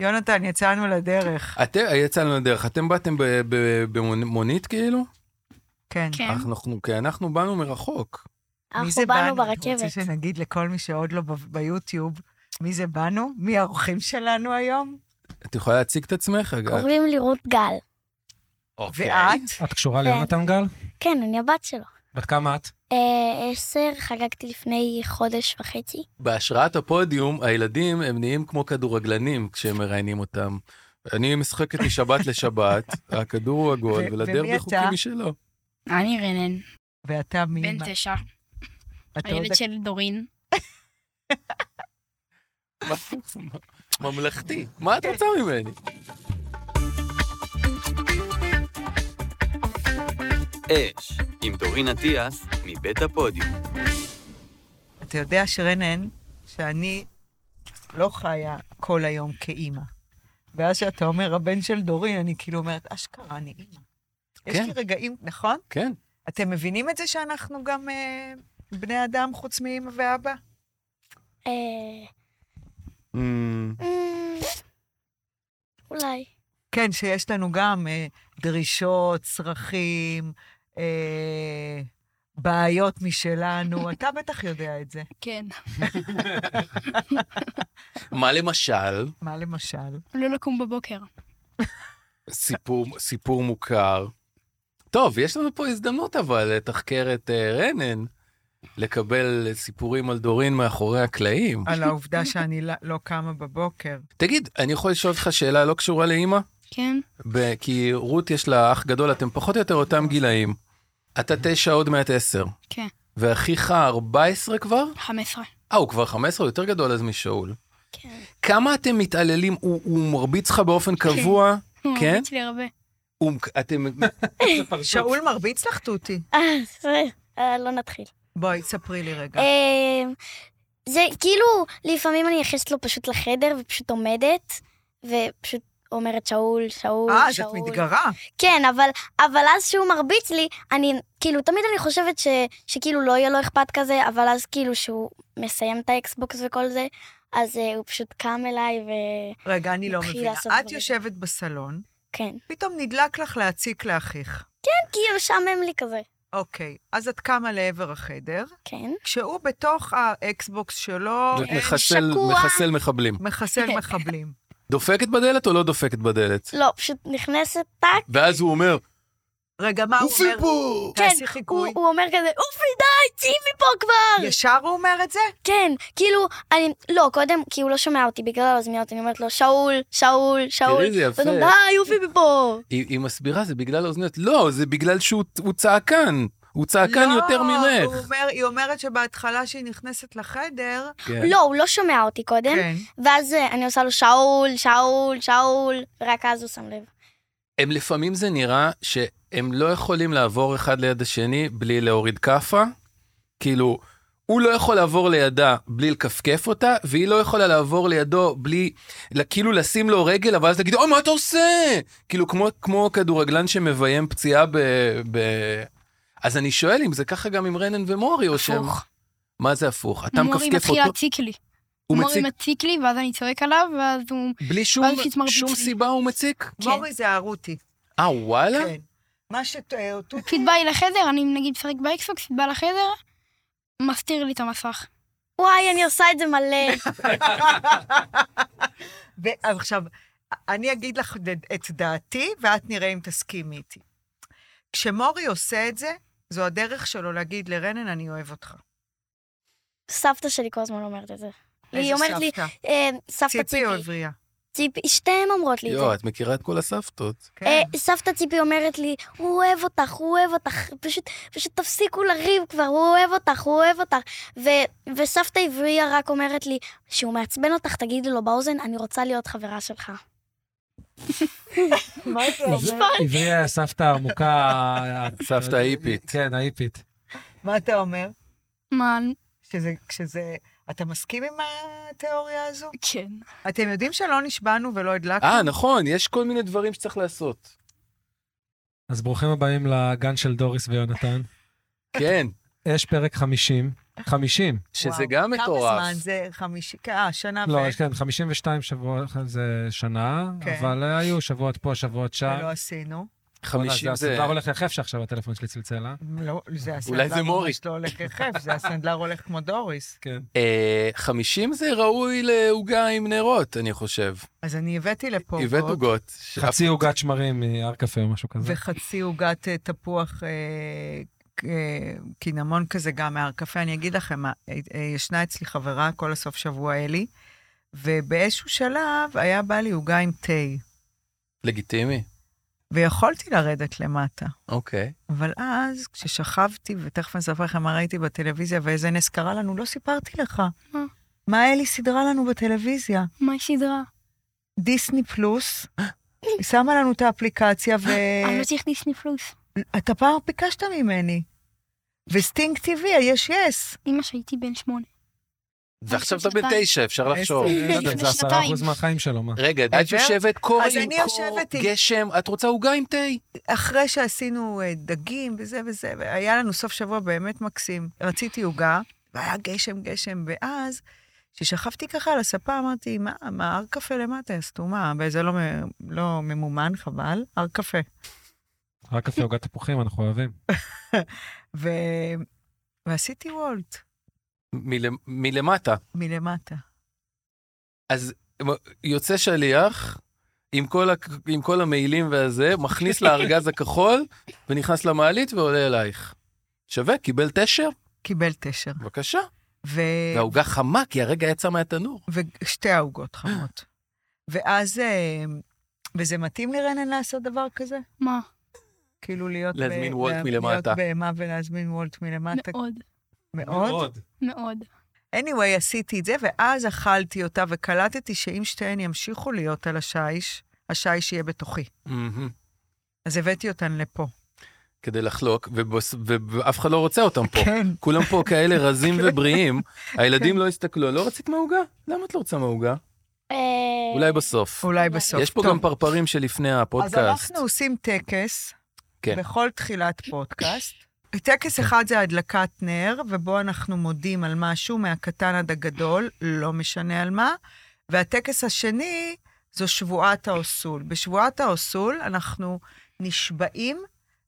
יונתן, יצאנו לדרך. אתם, יצאנו לדרך, אתם באתם ב- ב- במונית כאילו? כן. כן. אנחנו, כי אנחנו באנו מרחוק. מי זה אנחנו באנו? באנו אתה רוצה ברכבת. שנגיד לכל מי שעוד לא ב- ביוטיוב, מי זה באנו? מי האורחים שלנו היום? את יכולה להציג את עצמך רגע? קוראים לי רות גל. אוקיי. ואת? את קשורה ליונתן גל? כן, אני הבת שלו. בת כמה את? אה, עשר, חגגתי לפני חודש וחצי. בהשראת הפודיום, הילדים הם נהיים כמו כדורגלנים כשהם מראיינים אותם. אני משחקת משבת לשבת, הכדור הוא ו- עגול, ולדרך ומי אתה? בחוקים משלו. אני רנן, ואתה מי? מה- בן תשע, אתה עוד- הילד של דורין. ממלכתי, מה את רוצה ממני? כן. אש, עם דורין אטיאס, מבית הפודיום. אתה יודע, שרנן, שאני לא חיה כל היום כאימא. ואז שאתה אומר, הבן של דורין, אני כאילו אומרת, אשכרה, אני אימא. יש כן. לי רגעים, נכון? כן, אתם מבינים את זה שאנחנו גם אה, בני אדם חוץ מאימא ואבא? אה, אמ, אמ, אולי. כן, שיש לנו גם אה, דרישות, צרכים, אה, בעיות משלנו. אתה בטח יודע את זה. כן. מה למשל? מה למשל? לא לקום בבוקר. סיפור- סיפור מוכר. טוב, יש לנו פה הזדמנות אבל לתחקר את אה, רנן, לקבל סיפורים על דורין מאחורי הקלעים. על העובדה שאני לא- לא קמה בבוקר. תגיד, אני יכול לשאול אותך שאלה לא קשורה לאימא? כן. ב- כי רות יש לה אח גדול, אתם פחות או יותר אותם גילאים. אתה תשע עוד מעט עשר. כן. ואחיך 14 כבר? 15. אה, הוא כבר 15, הוא יותר גדול אז משאול. כן. כמה אתם מתעללים? הוא, הוא מרביץ לך באופן קבוע? הוא כן? מרביץ לי הרבה. הוא, אתם... שאול מרביץ לך, תותי. אה, זה- אה, לא נתחיל. בואי, ספרי לי רגע. אמ, זה כאילו, לפעמים אני נכנסת לו פשוט לחדר ופשוט עומדת, ופשוט אומרת שאול, שאול, אה, אז את שאול. מתגרה. כן, אבל, אבל אז שהוא מרביץ לי, אני, כאילו, תמיד אני חושבת ש, שכאילו לא יהיה לו אכפת כזה, אבל אז כאילו שהוא מסיים את האקסבוקס וכל זה, אז uh, הוא פשוט קם אליי ו... רגע, אני לא מתחיל מבינה. את לעשות דברים. יושבת בסלון, כן. פתאום נדלק לך להציק לאחיך. כאילו, משעמם לי כזה. אוקיי, אז את קמה לעבר החדר, כן. כשהוא בתוך האקסבוקס שלו מחסל, שקוע. מחסל מחבלים. מחסל כן. מחבלים. דופקת בדלת או לא דופקת בדלת? לא, פשוט נכנסת, טאק. ואז הוא אומר, רגע, מה הוא אופי אומר? פה! כן, תעשי הוא, חיקוי. הוא אומר כזה, אופי, די, צאי מפה כבר! ישר הוא אומר את זה? כן, כאילו, אני, לא, קודם, כי הוא לא שומע אותי בגלל האוזניות, אני אומרת לו, שאול, שאול, שאול. תראי, זה יפה. ואז הוא אומר, די, אופי מפה. היא, היא מסבירה, זה בגלל האוזניות. לא, זה בגלל שהוא הוא צעקן. הוא צעקן לא, אה, יותר הוא ממך. אומר- היא אומרת שבהתחלה שהיא נכנסת לחדר, כן. לא, הוא לא שומע אותי קודם. כן. ואז אה, אני עושה לו שאול, שאול, שאול, רק אז הוא שם לב. הם לפעמים זה נראה שהם לא יכולים לעבור אחד ליד השני בלי להוריד כאפה. כאילו, הוא לא יכול לעבור לידה בלי לכפכף אותה, והיא לא יכולה לעבור לידו בלי, לה- כאילו לשים לו רגל, אבל אז תגיד, אוי, מה אתה עושה? כאילו, כמו, כמו כדורגלן שמביים פציעה ב, ב... אז אני שואל אם זה ככה גם עם רנן ומורי, או שהם... הפוך. מה זה הפוך? אתה מורי מכפכף מתחיל אותו, להציק לי. הוא מורי מציק, מציק לי, ואז אני צועק עליו, ואז הוא... בלי שום, ואז פשוט מרביץ שום לי. סיבה הוא מציק? כן. מורי זה ערותי. אה, וואלה? כן. מה אה, שאותו... פשוט בא לי לחדר, אני נגיד משחק באקסבוקס, בא לחדר, מסתיר לי את המסך. וואי, אני עושה את זה מלא. ועכשיו, אני אגיד לך את דעתי, ואת נראה אם תסכימי איתי. כשמורי עושה את זה, זו הדרך שלו להגיד לרנן, אני אוהב אותך. סבתא שלי כל הזמן אומרת את זה. איזה היא אומרת לי, סבתא? אה, ציפי סבתא או ציפי, אבריה? ציפי, שתיהן אומרות לי את זה. יואו, את מכירה את כל הסבתות. כן. אה, סבתא ציפי אומרת לי, הוא אוהב אותך, הוא אוהב אותך, פשוט, פשוט תפסיקו לריב כבר, הוא אוהב אותך, הוא אוהב אותך. ו- וסבתא עבריה רק אומרת לי, שהוא מעצבן אותך, תגידי לו באוזן, אני רוצה להיות חברה שלך. מה זה אומר? עברי הסבתא העמוקה. סבתא האיפית. כן, האיפית. מה אתה אומר? מה? שזה, שזה... אתה מסכים עם התיאוריה הזו? כן. אתם יודעים שלא נשבענו ולא הדלקנו? אה, נכון, יש כל מיני דברים שצריך לעשות. אז ברוכים הבאים לגן של דוריס ויונתן. כן. יש פרק 50, 50. שזה וואו, גם מטורף. כמה זמן זה? חמישי, אה, שנה לא, ו- יש כאן 52 שבועות, זה שנה, כן. אבל היו שבועות פה, שבועות שם. ולא עשינו. וואלה, 50 זה... זה... הסדלר הולך יחף שעכשיו הטלפון שלי צלצל, אה? לא, זה אולי זה הסנדלר מורי. ממש לא הולך יחף, זה הסנדלר הולך כמו דוריס. כן. אה, 50 זה ראוי לעוגה עם נרות, אני חושב. אז אני הבאתי לפה הבאת עוגות, עוגות. שאף- חצי עוגת שמרים מהר קפה או משהו כזה. וחצי עוגת אה, תפוח אה, אה, קינמון כזה גם מהר קפה. אני אגיד לכם, אה, אה, ישנה אצלי חברה כל הסוף שבוע, אלי, ובאיזשהו שלב היה בא לי עוגה עם תה, לגיטימי. ויכולתי לרדת למטה. אוקיי. אבל אז, כששכבתי, ותכף אני אספר לכם מה ראיתי בטלוויזיה ואיזה נס קרה לנו, לא סיפרתי לך. מה? מה אלי סידרה לנו בטלוויזיה? מה היא סידרה? דיסני פלוס, היא שמה לנו את האפליקציה, אני לא ואתה צריך דיסני פלוס. פעם ביקשת ממני. וסטינג TV, יש יס. אמא שהייתי בן שמונה. ועכשיו אתה חושב בן שנתיים. תשע, אפשר לחשוב. עשר. לא יודע, זה לפני עשרה שנתיים. אחוז מהחיים שלו, מה? רגע, את עבר? יושבת קור אז עם אני קור, יושבת עם- גשם, את רוצה עוגה עם תה? אחרי שעשינו אה, דגים וזה וזה, והיה לנו סוף שבוע באמת מקסים. רציתי עוגה, והיה גשם גשם, ואז כששכבתי ככה על הספה, אמרתי, מה, מה, הר קפה למטה, יא סתומה, וזה לא, מ- לא ממומן, חבל, הר קפה. רק קפה עוגת תפוחים, אנחנו אוהבים. ו... ועשיתי וולט מל- מלמטה. מלמטה. אז יוצא שליח עם כל, הק... עם כל המעילים והזה, מכניס לארגז הכחול ונכנס למעלית ועולה אלייך. שווה, קיבל תשר, קיבל תשר. בבקשה. ו... והעוגה חמה, כי הרגע יצא מהתנור. ושתי העוגות חמות. ואז, אה, וזה מתאים לרנן לעשות דבר כזה? מה? כאילו להיות... ב- להזמין וולט לה- מלמטה. להיות בהמה ולהזמין וולט מלמטה. מאוד. מאוד. מאוד. anyway, עשיתי את זה, ואז אכלתי אותה, וקלטתי שאם שתיהן ימשיכו להיות על השיש, השיש יהיה בתוכי. מהמם. אז הבאתי אותן לפה. כדי לחלוק, ובוס- ו- ואף אחד לא רוצה אותם פה. כן. כולם פה כאלה רזים ובריאים, הילדים לא הסתכלו, לא רצית מהעוגה? למה את לא רוצה מהעוגה? אה, אולי בסוף. אולי בסוף. יש פה טוב. גם פרפרים שלפני אז הפודקאסט. אנחנו עושים טקס, כן. כן. בכל תחילת פודקאסט. טקס אחד זה הדלקת נר, ובו אנחנו מודים על משהו מהקטן עד הגדול, לא משנה על מה. והטקס השני זו שבועת האוסול. בשבועת האוסול אנחנו נשבעים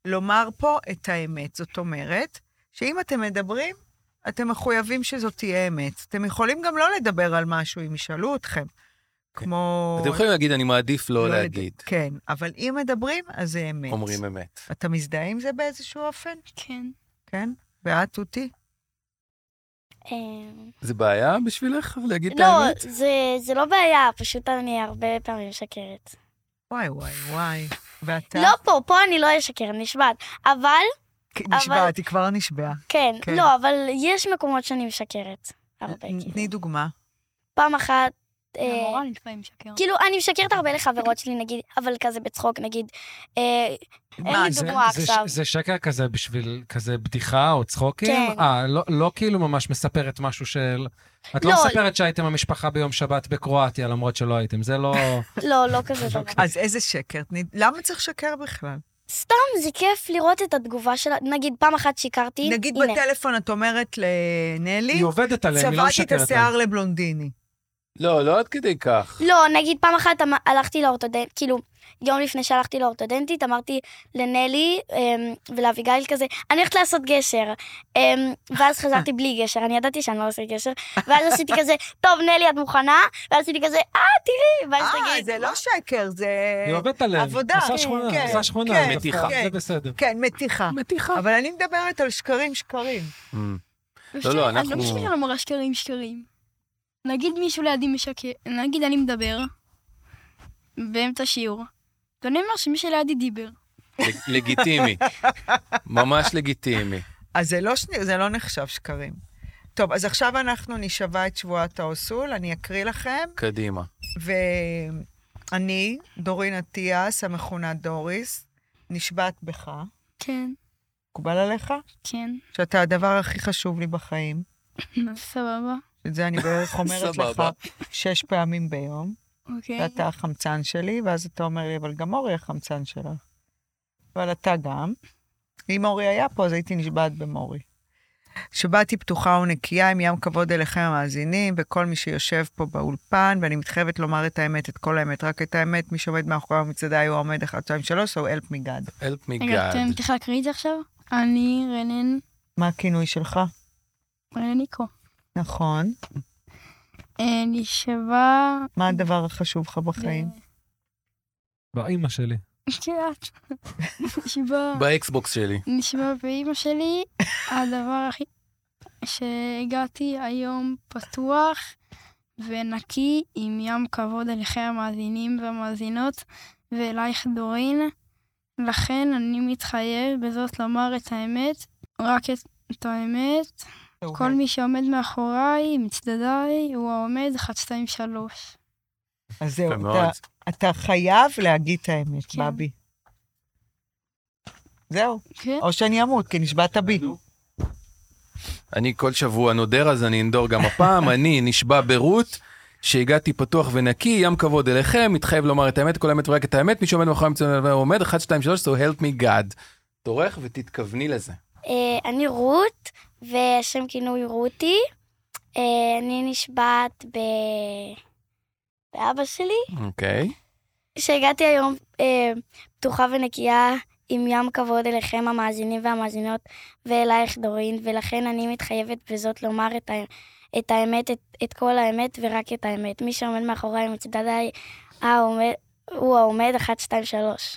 לומר פה את האמת. זאת אומרת, שאם אתם מדברים, אתם מחויבים שזאת תהיה אמת. אתם יכולים גם לא לדבר על משהו אם ישאלו אתכם. כמו... כן. אתם יכולים להגיד, אני מעדיף לא לא להגיד. כן, אבל אם מדברים, אז זה אמת. אומרים אמת. אתה מזדהה עם זה באיזשהו אופן? כן. כן. ואת, תותי? אה, זה בעיה בשבילך להגיד את לא, האמת? זה- זה לא בעיה, פשוט אני הרבה פעמים משקרת. וואי, וואי, וואי. ואתה? לא פה, פה אני לא אשקר, אני נשבעת. אבל, כי נשבעת, היא כבר נשבעה. כן, כן. לא, אבל יש מקומות שאני משקרת. הרבה, נ- תני כאילו. דוגמה. פעם אחת... אה, למורה לפעמים משקר. כאילו, אני משקרת הרבה לחברות שלי, נגיד, אבל כזה בצחוק, נגיד, אה, אין מה, לי זה- דוגמה זה, עכשיו. זה שקר כזה בשביל כזה בדיחה או צחוקים? כן. אה, לא, לא כאילו ממש מספרת משהו של... את לא, לא. מספרת שהייתם המשפחה ביום שבת בקרואטיה, למרות שלא הייתם, זה לא... לא, לא כזה דבר. אז איזה שקר? תני- למה צריך שקר בכלל? סתם, זה כיף לראות את התגובה שלה. נגיד, פעם אחת שיקרתי, נגיד הנה, בטלפון את אומרת לנלי, היא עובדת עליהם, היא לא צבעתי את משקרת השיער לבלונדיני. לא, לא עד כדי כך. לא, נגיד פעם אחת אמ- הלכתי לאורתודנט, כאילו, יום לפני שהלכתי לאורתודנטית, אמרתי לנלי אמ, ולאביגיל כזה, אני הולכת לעשות גשר. אמ, ואז חזרתי בלי גשר, אני ידעתי שאני לא עושה גשר. ואז עשיתי כזה, טוב, נלי, את מוכנה? ואז עשיתי כזה, אה, תראי! ואז אה, תגיד, זה לא שקר, זה... היא עובדת עליהם. עבודה, עושה כן, שכונה, כן, עושה שכונה. כן, דווקא, מתיחה. זה כן. בסדר. כן, מתיחה. מתיחה. אבל אני מדברת על שקרים, שקרים. אמ, ושקרים- לא, אני אנחנו- לא משקר למורה שקרים שקרים. נגיד מישהו לידי משקר, נגיד אני מדבר, באמצע שיעור, ואני אומר שמי שלידי דיבר. לג- לגיטימי. ממש לגיטימי. אז זה לא, שני, זה לא נחשב שקרים. טוב, אז עכשיו אנחנו נשבע את שבועת האוסול, אני אקריא לכם, קדימה. ואני, דורין אטיאס, המכונה דוריס, נשבעת בך, כן, מקובל עליך? כן, שאתה הדבר הכי חשוב לי בחיים, סבבה, את זה אני בערך אומרת לך סבבה. שש פעמים ביום, אוקיי. ואתה החמצן שלי, ואז אתה אומר לי, אבל גם אורי החמצן שלך. אבל אתה גם. אם אורי היה פה, אז הייתי נשבעת במורי. שבת היא פתוחה ונקייה, עם ים כבוד אליכם המאזינים, וכל מי שיושב פה באולפן, ואני מתחייבת לומר את האמת, את כל האמת, רק את האמת, מי שעומד מאחורי המצעדה היו עומד 1, 2, 3, או אלפ מגד. אלפ רגע, מגד. אתם צריכה להקריא את זה עכשיו? אני רנן, מה הכינוי שלך? רנן ניקו. נכון. אה, אני שווה... מה הדבר החשוב לך בחיים? באימא שלי. כן, את. שווה... באקסבוקס שלי. נשמע באימא שלי, הדבר הכי... שהגעתי היום פתוח ונקי, עם ים כבוד אליכם המאזינים והמאזינות, ואלייך דורין. לכן אני מתחייב בזאת לומר את האמת, רק את, את האמת. אוקיי. כל מי שעומד מאחוריי, מצדדיי, הוא העומד 1, 2, 3. אז זהו, יפה אתה- מאוד. אתה חייב להגיד את האמת, כן. בבי. זהו. כן? או שאני אמות, כי נשבעת בי. אני כל שבוע נודר, אז אני אנדור גם הפעם. אני נשבע ברות, שהגעתי פתוח ונקי, ים כבוד אליכם, מתחייב לומר את האמת, כל האמת ורק את האמת, מי שעומד מאחורי המצוין הדבר עומד, 1, 2, 3, so help me God. תורך ותתכווני לזה. אה, אני רות, והשם כינוי רותי. אה, אני נשבעת ב... באבא שלי, אוקיי. שהגעתי היום אה, פתוחה ונקייה עם ים כבוד אליכם המאזינים והמאזינות ואלייך דורין, ולכן אני מתחייבת בזאת לומר את, ה... את האמת, את... את כל האמת ורק את האמת. מי שעומד מאחוריי מצדדיי, העומד... הוא העומד 1, 2, 3.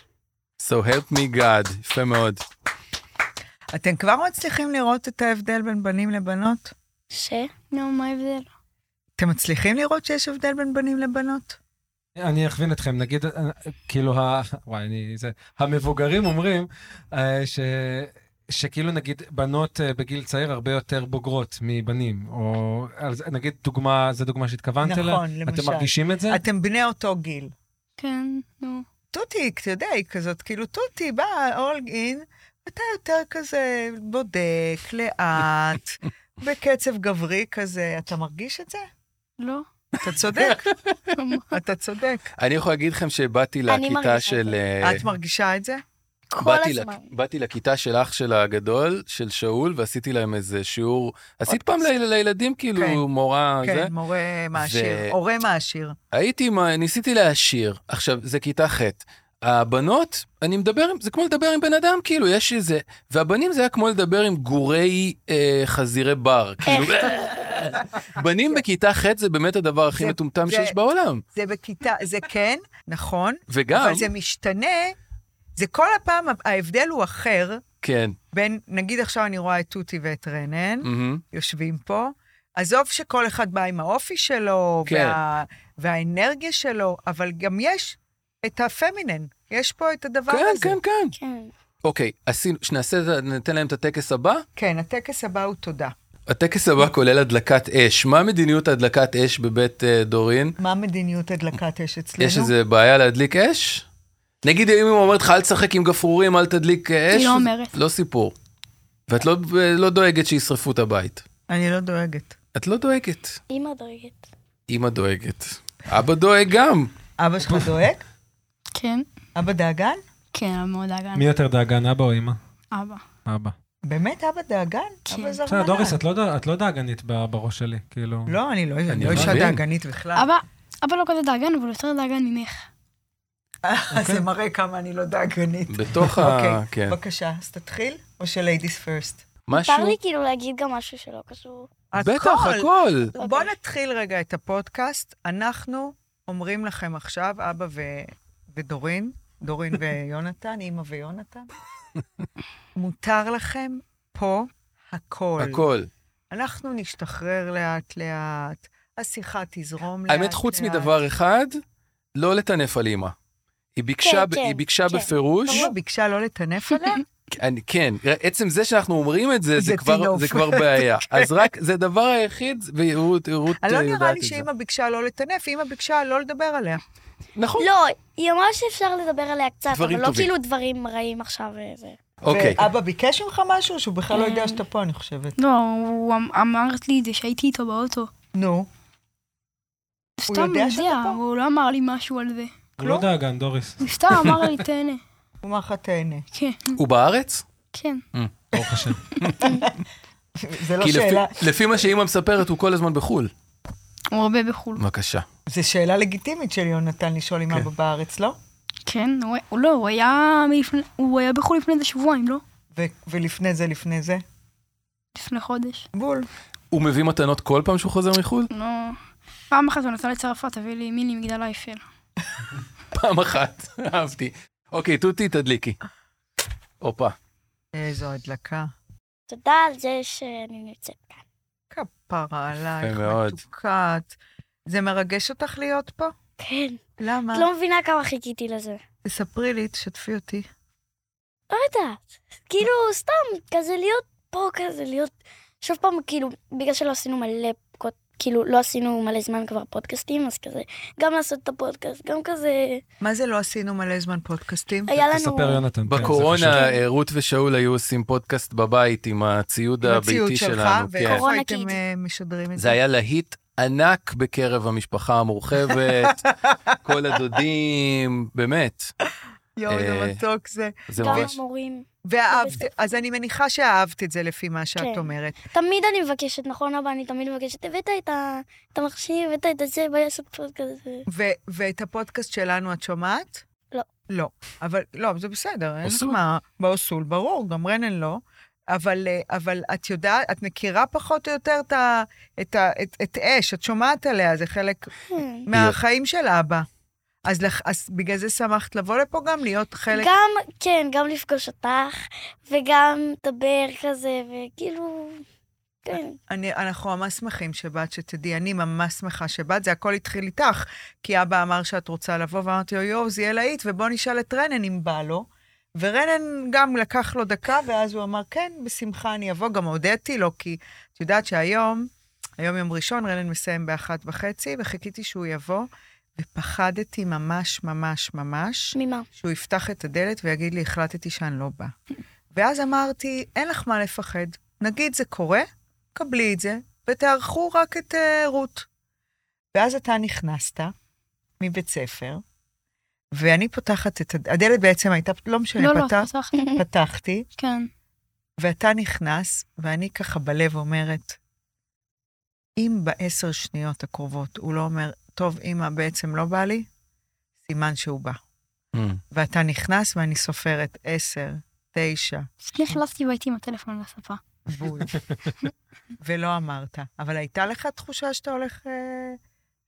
So help me God. יפה מאוד. אתם כבר מצליחים לראות את ההבדל בין בנים לבנות? ש... נו, מה ההבדל? אתם מצליחים לראות שיש הבדל בין בנים לבנות? אני אכווין אתכם, נגיד, אה, כאילו, ה... וואי, אני... זה... המבוגרים אומרים אה, ש... שכאילו נגיד בנות אה, בגיל צעיר הרבה יותר בוגרות מבנים, או אז נגיד דוגמה, זו דוגמה שהתכוונת אליה? נכון, למשל. אתם מרגישים את זה? אתם בני אותו גיל. כן, נו. תותי, אתה יודע, היא כזאת, כאילו, תותי, באה, all in, אתה יותר כזה בודק, לאט, בקצב גברי כזה. אתה מרגיש את זה? לא. אתה צודק, אתה צודק. אני יכול להגיד לכם שבאתי לכיתה מרגישה את של... אה, את מרגישה את זה? כל באתי, הזמן. לכ- באתי לכיתה של אח שלה הגדול, של שאול, ועשיתי להם איזה שיעור. עשית פעם ליל- לילדים כאילו אוקיי. כן. מורה, אה, זה? כן, מורה מעשיר, ו- הורה מעשיר. הייתי, מה- ניסיתי להעשיר. עכשיו, זה כיתה ח'. הבנות, אני מדבר, עם- זה כמו לדבר עם בן אדם, כאילו, יש איזה... והבנים זה היה כמו לדבר עם גורי אה, חזירי בר. כאילו, בנים בכיתה ח' זה באמת הדבר הכי כן. זה- מטומטם זה- שיש בעולם. זה בכיתה, זה כן, נכון, וגם, אבל זה משתנה, זה כל הפעם, ההבדל הוא אחר כן, בין, נגיד עכשיו אני רואה את תותי ואת רנן, מהמם, יושבים פה, עזוב שכל אחד בא עם האופי שלו, כן. וה, והאנרגיה שלו, אבל גם יש את הפמינן, יש פה את הדבר כן, הזה. כן, כן. כן. אוקיי, עשינו, שנעשה, את ה- ניתן להם את הטקס הבא. כן, הטקס הבא הוא תודה. הטקס הבא כולל הדלקת אש. מה מדיניות הדלקת אש בבית אה, דורין? מה מדיניות הדלקת אש אצלנו? יש איזה בעיה להדליק אש? נגיד אם הוא אומרת לך אל תשחק עם גפרורים, אל תדליק אה, אש, היא לא אומרת. לא סיפור. ואת לא, לא דואגת שישרפו את הבית. אני לא דואגת. את לא דואגת. אמא דואגת. אמא דואגת. אבא דואג גם. אבא שלך דואג? כן. אבא דאגן? כן, מאוד דאגן. מי יותר דאגן, אבא או אמא? אבא. אבא. באמת אבא דאגן? כן. אבא זרמן. בסדר, דוריס, את לא דא- את לא דאגנית ב- בראש שלי, כאילו. לא, אני לא אני אני לא אישה מבין. דאגנית בכלל. אבא, אבא לא כזה דאגן, אבל הוא יותר דאגן ממך. זה מראה כמה אני לא דאגנית. בתוך ה... אוקיי. כן. בבקשה, אז תתחיל, או שליידיס פירסט? משהו... מותר לי כאילו להגיד גם משהו שלא קשור. בטח, הכל. בואו נתחיל רגע את הפודקאסט. אנחנו אומרים לכם עכשיו, אבא ו... ודורין, דורין ויונתן, אימא ויונתן, מותר לכם פה הכל. הכל. אנחנו נשתחרר לאט-לאט, השיחה תזרום לאט-לאט. האמת, חוץ מדבר אחד, לא לטנף על אמא. היא ביקשה, כן, ב- כן, היא ביקשה כן. בפירוש, אימא ביקשה לא לטנף עליה? אני, כן, עצם זה שאנחנו אומרים את זה, זה זה, כבר, טינוף. כן. זה כבר בעיה. אז רק, זה הדבר היחיד, ורות רות, אני לא אה, נראה יודעת לי את זה. שאימא ביקשה לא לטנף, אימא ביקשה לא לדבר עליה. נכון, לא, היא אמרה שאפשר לדבר עליה קצת, אבל דברים לא טובים. כאילו דברים רעים עכשיו. אה, זה. אוקיי. ואבא ביקש ממך משהו שהוא בכלל לא יודע שאתה פה, אני חושבת. לא, הוא אמ- אמרת לי את זה שהייתי איתו באוטו. נו, סתם, יודע הוא שאתה יודע, פה? הוא לא אמר לי משהו על זה. הוא לא דאגן, דוריס. הוא סתם אמר לי תהנה. הוא אמר לך תהנה. כן, הוא בארץ? כן. ברוך השם. זה לא כי לפי, שאלה, לפי מה שאימא מספרת, הוא כל הזמן בחו"ל. הוא הרבה בחו"ל. בבקשה. זו שאלה לגיטימית של יונתן לשאול אם כן. אבא בארץ, לא? כן, הוא- הוא לא, הוא היה, מלפני, הוא היה בחו"ל לפני איזה שבועיים, לא? ו- ולפני זה, לפני זה, לפני חודש. בול. הוא מביא מתנות כל פעם שהוא חוזר מחו"ל? לא... פעם אחת הוא נתן לצרפת, תביא לי מיני מגדל אייפל. פעם אחת, אהבתי. אוקיי, תותי, תדליקי. הופה. כן, איזו הדלקה. תודה על זה שאני נמצאת כאן. כפרה עלייך, מאוד. מתוקת. זה מרגש אותך להיות פה? כן. למה? את לא מבינה כמה חיכיתי לזה. תספרי לי, תשתפי אותי. לא יודעת. כאילו, סתם, כזה להיות פה, כזה להיות... שוב פעם, כאילו, בגלל שלא עשינו מלא... פקוד- כאילו, לא עשינו מלא זמן כבר פודקאסטים, אז כזה, גם לעשות את הפודקאסט, גם כזה... מה זה לא עשינו מלא זמן פודקאסטים? היה לנו... תספר, יונתן. כן, זה חשוב. בקורונה, אה, רות ושאול היו עושים פודקאסט בבית עם הציוד עם הציוד הביתי שלך, שלנו. כן. ואיפה קורונה הייתם קיד. אה, משדרים את זה? זה היה להיט ענק בקרב המשפחה המורחבת, כל הדודים, באמת. יואו, זה אה, מתוק זה. זה גם ממש... המורים. ואהבת, אז אני מניחה שאהבת את זה לפי מה שאת אוקיי. כן. אומרת. תמיד אני מבקשת, נכון אבא? אני תמיד מבקשת, הבאת את ה- את המחשב, הבאת את זה, בואי לעשות פודקאסט. ו- ואת הפודקאסט שלנו את שומעת? לא. לא, אבל לא, זה בסדר, אין לך אוסול. מה. באוסול, ברור, גם רנן לא. אבל, אה, אבל את יודעת, את מכירה פחות או יותר את, ה, את, ה, את, את אש, את שומעת עליה, זה חלק כן. מהחיים של אבא. אז, לך, אז בגלל זה שמחת לבוא לפה גם, להיות חלק... גם, כן, גם לפגוש אותך, וגם לדבר כזה, וכאילו... כן. אני, אנחנו ממש שמחים שבאת, שתדעי, אני ממש שמחה שבאת, זה הכל התחיל איתך, כי אבא אמר שאת רוצה לבוא, ואמרתי לו, יואו, זה יהיה להיט, ובוא נשאל את רנן אם בא לו. ורנן גם לקח לו דקה, ואז הוא אמר, כן, בשמחה אני אבוא, גם הודיתי לו, כי את יודעת שהיום, היום יום ראשון, רנן מסיים באחת וחצי, וחיכיתי שהוא יבוא, ופחדתי ממש ממש ממש. ממה? שהוא יפתח את הדלת ויגיד לי, החלטתי שאני לא באה. ואז אמרתי, אין לך מה לפחד. נגיד זה קורה, קבלי את זה, ותערכו רק את uh, רות. ואז אתה נכנסת מבית ספר, ואני פותחת את הדלת, הדלת בעצם הייתה, לא משנה, לא, לא, פתח, פתח. פתחתי, כן. ואתה נכנס, ואני ככה בלב אומרת, אם בעשר שניות הקרובות הוא לא אומר, טוב, אמא, בעצם לא בא לי, סימן שהוא בא. אמ, ואתה נכנס ואני סופרת עשר, תשע, פשוט נכנסתי והייתי עם הטלפון לספה. בול. ולא אמרת. אבל הייתה לך תחושה שאתה הולך אה,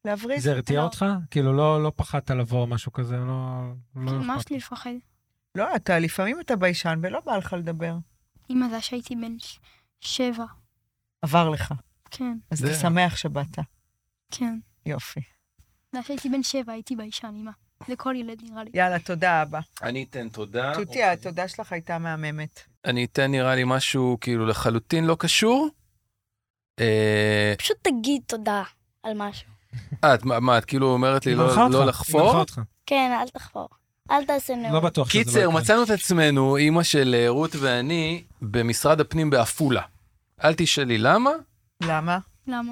להבריז? זה הרתיע לא. אותך? כאילו, לא לא פחדת לבוא או משהו כזה, לא... לא מה אכפת. יש לי לפחד? לא, אתה, לפעמים אתה ביישן ולא בא לך לדבר. אמא זה שהייתי בן ש- שבע. עבר לך. כן, אז זה- אתה שמח שבאת. כן. יופי. זה שהייתי בן שבע, הייתי באישה, אמא. זה כל ילד נראה לי. יאללה, תודה, אבא. אני אתן תודה. אוקיי. תותי, התודה שלך הייתה מהממת. אני אתן נראה לי משהו כאילו לחלוטין לא קשור. אה, פשוט תגיד תודה על משהו. אה, את, מה- מה, את כאילו אומרת לי היא לא- מנחה אותך, לא היא מנחה לחפור? אותך. כן, אל תחפור. אל תעשה לא נאום. בטוח שזה לא קיצר, יקרה. מצאנו את עצמנו, אימא של אה, רות ואני, במשרד הפנים בעפולה. אל תשאלי למה, למה? למה?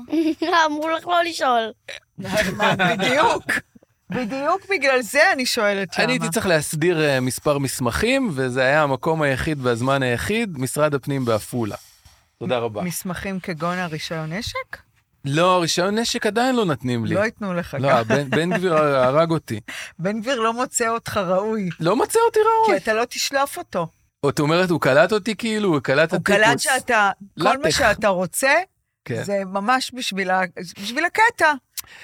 אמרו לך לא לשאול. בדיוק. בדיוק בגלל זה אני שואלת למה. אני הייתי צריך להסדיר אה, מספר מסמכים, וזה היה המקום היחיד והזמן היחיד, משרד הפנים בעפולה. תודה רבה. מסמכים כגון הרישיון נשק? לא, רישיון נשק עדיין לא נותנים לי. לא ייתנו לך לא, גם. הבן- בן גביר הרג אותי. בן גביר לא מוצא אותך ראוי, לא מצא אותי ראוי. כי אתה לא תשלוף אותו. את אומרת, הוא קלט אותי כאילו, הוא קלט את הוא הטיפוס. קלט שאתה, כל מה לטח. שאתה רוצה, כן. זה ממש בשביל ה- בשביל הקטע.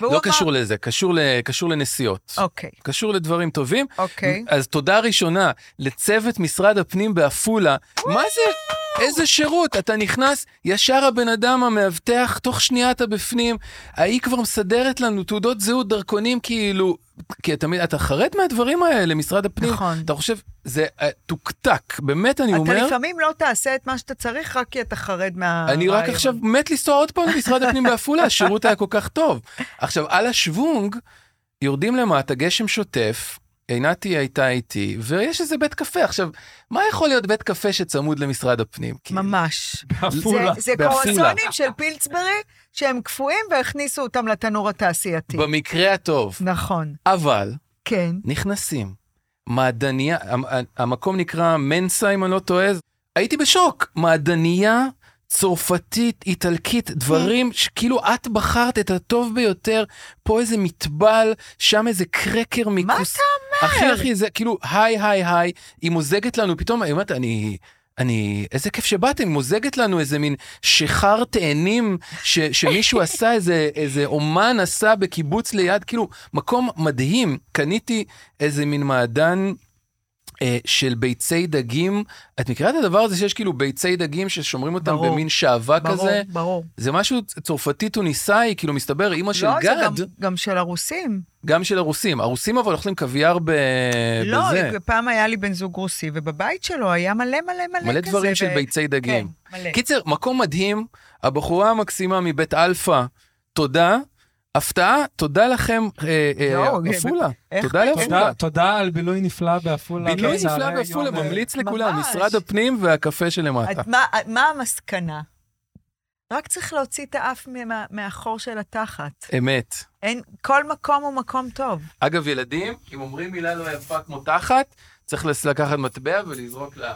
והוא לא אמר- קשור לזה, קשור ל- קשור לנסיעות. אוקיי, קשור לדברים טובים. אוקיי. אז תודה ראשונה לצוות משרד הפנים בעפולה. מה זה? איזה שירות? אתה נכנס, ישר הבן אדם המאבטח, תוך שנייה אתה בפנים. ההיא כבר מסדרת לנו תעודות זהות, דרכונים, כאילו... כי אתה, אתה חרד מהדברים האלה, משרד הפנים. נכון. אתה חושב, זה אה, תוקתק, באמת, אני אתה אומר. לפעמים לא תעשה את מה שאתה צריך, רק כי אתה חרד מהרעיון. אני רק עכשיו מת לנסוע עוד פעם למשרד הפנים בעפולה, השירות היה כל כך טוב. עכשיו, על השוונג, יורדים למטה, גשם שוטף, עינת הייתה איתי, ויש איזה בית קפה. עכשיו, מה יכול להיות בית קפה שצמוד למשרד הפנים? כאילו? ממש. בעפולה. זה- זה בעפולה. קורסונים של פילצברי שהם קפואים והכניסו אותם לתנור התעשייתי. במקרה הטוב. נכון, אבל, כן. נכנסים, מעדניה, המ- המקום נקרא מנסה, אם אני לא טועה, הייתי בשוק, מעדניה צרפתית, איטלקית, כן. דברים שכאילו את בחרת את הטוב ביותר, פה איזה מטבל, שם איזה קרקר מה מכוס. אתה אומר? אחי, אחי, זה כאילו, היי, היי, היי, היא מוזגת לנו, פתאום, היא אומרת, אני... אני, איזה כיף שבאתם, מוזגת לנו איזה מין שיכר תאנים ש, שמישהו עשה, איזה, איזה אומן עשה בקיבוץ ליד, כאילו, מקום מדהים. קניתי איזה מין מעדן אה, של ביצי דגים. את מכירה את הדבר הזה שיש כאילו ביצי דגים ששומרים אותם ברור. במין שעווה ברור, כזה? ברור. זה משהו צרפתי-טוניסאי, כאילו, מסתבר, אימא של לא, זה גד, גם, גם... גם של הרוסים. של הרוסים. הרוסים אבל אוכלים קוויאר ב... לא, אה, בזה. פעם היה לי בן זוג רוסי, ובבית שלו היה מלא מלא מלא כזה. מלא דברים של ו- ביצי דגים. כן, מלא. קיצר, מקום מדהים, הבחורה המקסימה מבית אלפא, תודה. הפתעה, תודה לכם, אה, אה, יואו, עפולה. איך תודה פתאום? לעפולה. תודה- תודה על בילוי נפלא בעפולה. בילוי כן. נפלא בצהרי בעפולה, יום, אה, ממליץ לכולם, ממש. משרד הפנים והקפה שלמטה. את- מה- את- מה המסקנה? רק צריך להוציא את האף מה- מהחור של התחת. אמת. אין, כל מקום הוא מקום טוב. אגב, ילדים, אם אומרים מילה לא יפה כמו תחת, צריך לס- לקחת מטבע ולזרוק לה. מה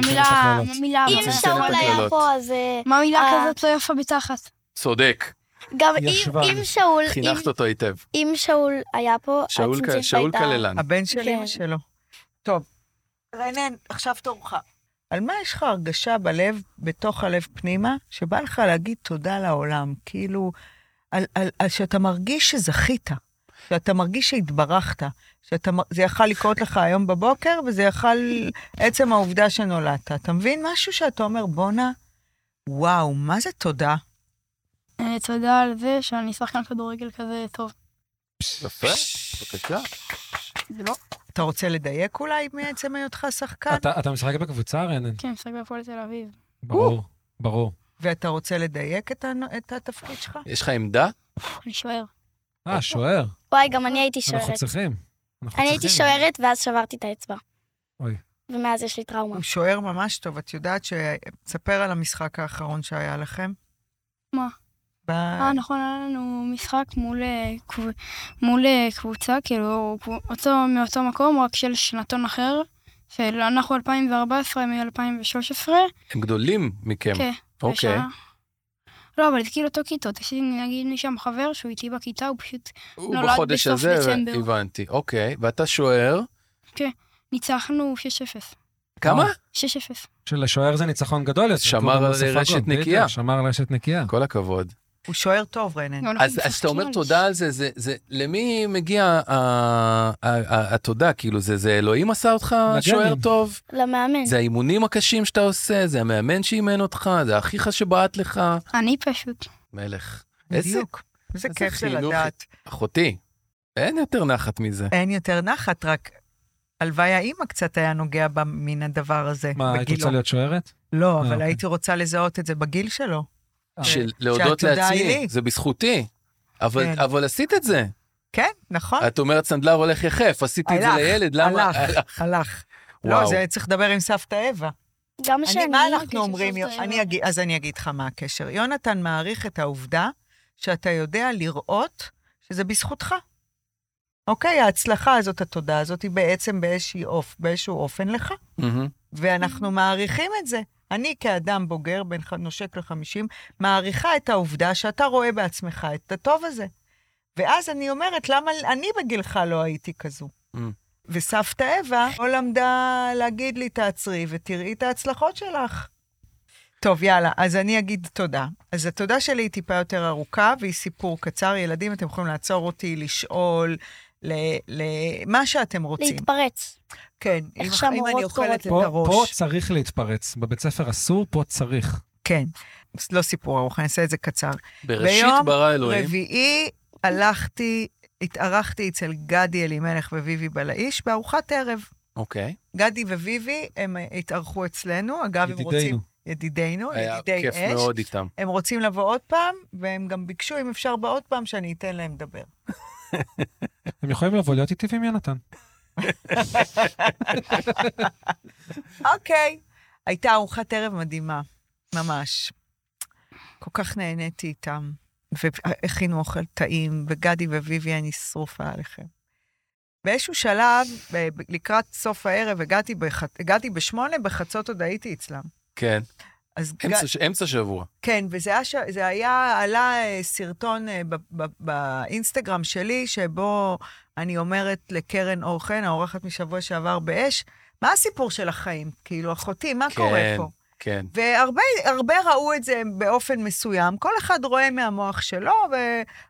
צריך מילה, לשנות מה מילה, אם צריך לשנות שרון את היה הקללות. פה, אז... אה, מה מילה אה. כזאת לא יפה בתחת? צודק, גם אם- ישבן. אם שאול... אם- חינכת אותו היטב. אם שאול היה פה, שאול הצמצית כ- שאול הייתה- כללן. הבן של כן. אמא שלו. טוב, רנן, עכשיו תורך. על מה יש לך הרגשה בלב, בתוך הלב פנימה, שבא לך להגיד תודה לעולם? כאילו, על, על, על שאתה מרגיש שזכית, שאתה מרגיש שהתברכת, שאתה, מ- זה יכל לקרות לך היום בבוקר, וזה יכל, עצם העובדה שנולדת. אתה מבין משהו שאתה אומר, בואנה, וואו, מה זה תודה? אה, תודה על זה שאני שחקן כדורגל כזה טוב. יפה, בבקשה. זה לא? אתה רוצה לדייק אולי מעצם היותך שחקן? אתה אתה משחק בקבוצה, רנן? כן, משחק בהפועל תל אביב. ברור, ברור. ואתה רוצה לדייק את, ה- את התפקיד שלך? יש לך עמדה? אני שוער. אה, שוער. וואי, גם אני הייתי אנחנו שוערת. צריכים. אנחנו אני הייתי צריכים. שוערת, ואז שברתי את האצבע. אוי. ומאז יש לי טראומה. הוא שוער ממש טוב. את יודעת ש... תספר על המשחק האחרון שהיה לכם. מה? ב... אה, נכון, היה לנו משחק מול, אה, קב- מול אה, קבוצה, כאילו, קב- אותו, מאותו מקום, רק של שנתון אחר, שאנחנו 2014 מ-2016. הם גדולים מכם. כן. אוקיי. לא, אבל זה כאילו אותו כיתות, יש לי נגיד לי שם חבר שהוא איתי בכיתה, הוא פשוט הוא נולד בחודש בסוף הזה, דצמבר. הבנתי. אוקיי, ואתה שוער, ניצחנו 6-0. כמה? 6-0. שלשוער זה ניצחון גדול יותר. שמר כי הוא גם על לא ספג רשת גול, בדיוק, נקייה. שמר על רשת נקייה. אה, כל הכבוד. הוא שוער טוב, רנן. גם אנחנו כן. אז אז כשאתה אומר משחקים על- תודה על זה, זה- זה, למי מגיע ה- ה- ה- התודה? כאילו, זה זה אלוהים עשה אותך לגנים. שוער טוב? כן. למאמן. זה האימונים הקשים שאתה עושה? זה המאמן שאימן אותך? זה האחיך שבעט לך? אני פשוט. מלך. איזה בדיוק. איזה איזה כיף זה חינוך. לדעת. אחותי, אין יותר נחת מזה. אין יותר נחת, רק הלוואי האימא קצת היה נוגע בה מן הדבר הזה. מה, היית בגילו. רוצה להיות שוערת? אה, לא, אבל אוקיי. הייתי רוצה לזהות את זה בגיל שלו. אה. של להודות שהתודה היא לעצמי, לי. זה בזכותי. אבל, כן. אבל עשית את זה. כן, נכון? את אומרת סנדלר הולך יחף, עשיתי את זה הלך, לילד, למה? אה, הלך, הלך. לא, וואו. זה צריך לדבר עם סבתא אווה. גם אני- שאני... מה אנחנו אומרים? שזאת יו- האמת. אני אגיד- אז אני אגיד לך מה הקשר. יונתן מעריך את העובדה שאתה יודע לראות שזה בזכותך. אוקיי, ההצלחה הזאת, התודה הזאת, היא בעצם באיזשהו, אופ, באיזשהו אופן לך, מהמם. ואנחנו מעריכים את זה. אני כאדם בוגר, בין ח- נושק ל-50, מעריכה את העובדה שאתה רואה בעצמך את הטוב הזה. ואז אני אומרת, למה אני בגילך לא הייתי כזו? Mm. וסבתא אווה לא למדה להגיד לי, תעצרי ותראי את ההצלחות שלך. טוב, יאללה, אז אני אגיד תודה. אז התודה שלי היא טיפה יותר ארוכה, והיא סיפור קצר. ילדים, אתם יכולים לעצור אותי, לשאול, למה ל- מה שאתם רוצים. להתפרץ. כן, אם, אם שהמורות אני אוכלת את קוראות. פה, הראש. פה צריך להתפרץ. בבית ספר אסור, פה צריך. כן, לא סיפור ארוך, אני אעשה את זה קצר. בראשית ביום ברא אלוהים. רביעי הלכתי, התארחתי אצל גדי אלימלך וויבי בלעיש בארוחת ערב. אוקיי. גדי וויבי, הם אה, התארחו אצלנו, אגב, הם רוצים... ידידינו. ידידינו, היה ידידי כיף אש. מאוד איתם. הם רוצים לבוא עוד פעם, והם גם ביקשו, אם אפשר בעוד פעם, שאני אתן להם לדבר. הם יכולים לבוא להיות איתי ועם יונתן. אוקיי. הייתה ארוחת ערב מדהימה, ממש. כל כך נהניתי איתם, והכינו אוכל טעים, וגדי וויבי, אני שרופה עליכם. באיזשהו שלב, ב- לקראת סוף הערב, הגעתי, בח... הגעתי בשמונה, בחצות עוד הייתי אצלם. כן. אז ג- אמצע ש- אמצע שבוע. כן, וזה היה, ש- זה היה, עלה אה, סרטון אה, ב- ב- באינסטגרם שלי, שבו אני אומרת לקרן אור חן, האורחת משבוע שעבר באש, מה הסיפור של החיים? כאילו, אחותי, מה קורה כן, פה? כן. והרבה הרבה ראו את זה באופן מסוים, כל אחד רואה מהמוח שלו,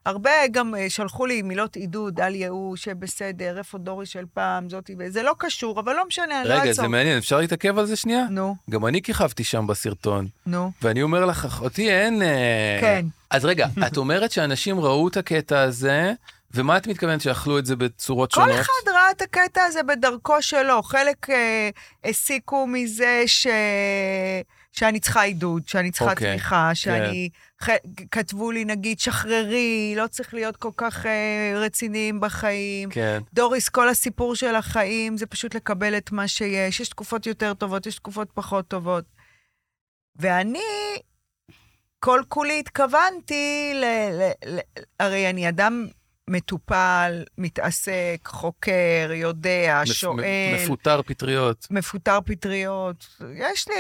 והרבה גם אה, שלחו לי מילות עידוד על ייאוש, שבסדר, איפה דורי של פעם, זאתי, וזה לא קשור, אבל לא משנה, אני לא רגע, זה אעצור. מעניין, אפשר להתעכב על זה שנייה? נו, גם אני כיכבתי שם בסרטון, נו, ואני אומר לך, אחותי, אין... אה, כן. אז רגע, את אומרת שאנשים ראו את הקטע הזה, ומה את מתכוונת, שאכלו את זה בצורות כל שונות? אחד ראה את הקטע הזה בדרכו שלו. חלק אה, הסיקו מזה ש... שאני צריכה עידוד, שאני צריכה okay, אוקיי, תמיכה, שאני... ח... כתבו לי, נגיד, שחררי, לא צריך להיות כל כך אה, רציניים בחיים. כן, דוריס, כל הסיפור של החיים זה פשוט לקבל את מה שיש. יש תקופות יותר טובות, יש תקופות פחות טובות. ואני כל-כולי התכוונתי ל... ל... ל... הרי אני אדם מטופל, מתעסק, חוקר, יודע, מפ- שואל, מפוטר פטריות. מפוטר פטריות. יש לי...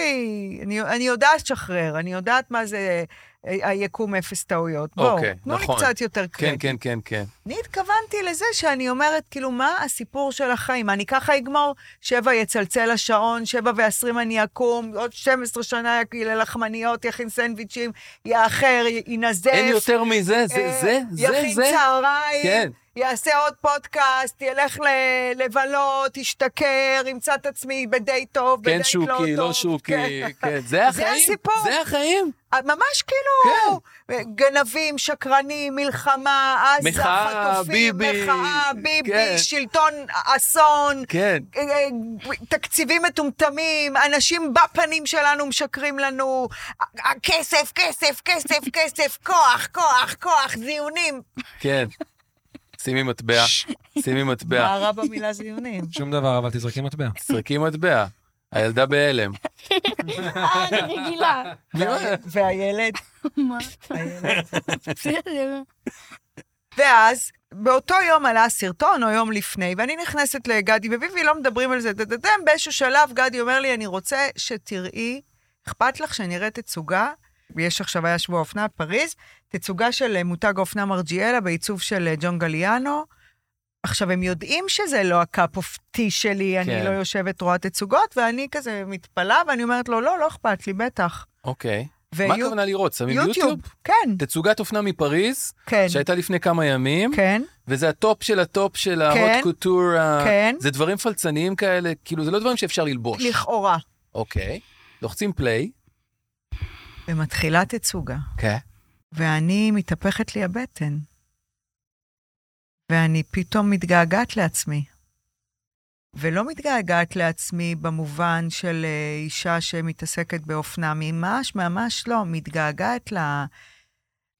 אני, אני יודעת לשחרר, אני יודעת מה זה אה, היקום אפס טעויות. בואו, אוקיי, תנו נכון. לי קצת יותר קרדיט. כן, כן, כן, כן. אני התכוונתי לזה שאני אומרת, כאילו, מה הסיפור של החיים? אני ככה אגמור, שבע יצלצל השעון, שבע ועשרים אני אקום, עוד 12 שנה יקיל לחמניות, יכין סנדוויצ'ים, יאחר, י- יינזף. אין יותר מזה, זה, אה, זה, זה, יכין זה. צהריים, כן. יעשה עוד פודקאסט, ילך ל- לבלות, ישתכר, ימצא את עצמי בדייט טוב, כן בדייט לא טוב. שוקי, לא שוקי, כן. זה זה החיים, הסיפור. זה החיים. אה, ממש כאילו כן. גנבים, שקרנים, מלחמה, עזה, מחאה, חטופים, ביבי. מחאה, ביבי, כן. שלטון, אסון, כן. אה, אה, תקציבים מטומטמים, אנשים בפנים שלנו משקרים לנו, ה- ה- כסף, כסף, כסף, כסף, כוח, כוח, כוח, זיונים. כן. שימי מטבע, שימי מה מטבע, רע במילה זיונים? שום דבר, אבל תזרקי מטבע. זרקי מטבע. הילדה בהלם. אה, אני רגילה. כן. והילד? מה? הילד. בסדר. ואז, באותו יום עלה הסרטון, או יום לפני, ואני נכנסת לגדי וביבי, לא מדברים על זה, דדדם, באיזשהו שלב גדי אומר לי, אני רוצה שתראי, אכפת לך שנראה תצוגה, יש עכשיו, היה שבוע אופנה בפריז, תצוגה של אה, מותג האופנה מרג'יאלה בעיצוב של אה, ג'ון גליאנו. עכשיו, הם יודעים שזה לא הקאפ אוף טי שלי, כן. כן. אני לא יושבת רואה תצוגות, ואני כזה מתפלאה, ואני אומרת לו, לא, לא אכפת לי, בטח. אוקיי. מה ויו- הכוונה לראות? שמים יוטיוב? יוטיוב? כן, תצוגת אופנה מפריז, כן, שהייתה לפני כמה ימים, כן. וזה הטופ של הטופ של ההוט קוטורה. כן. זה דברים פלצניים כאלה, כאילו זה לא דברים שאפשר ללבוש. לכאורה. אוקיי. לוחצים פליי. ומתחילה תצוגה. כן. ואני מתהפכת לי הבטן. ואני פתאום מתגעגעת לעצמי. ולא מתגעגעת לעצמי במובן של אה, אישה שמתעסקת באופנה, ממש ממש לא, מתגעגעת ל...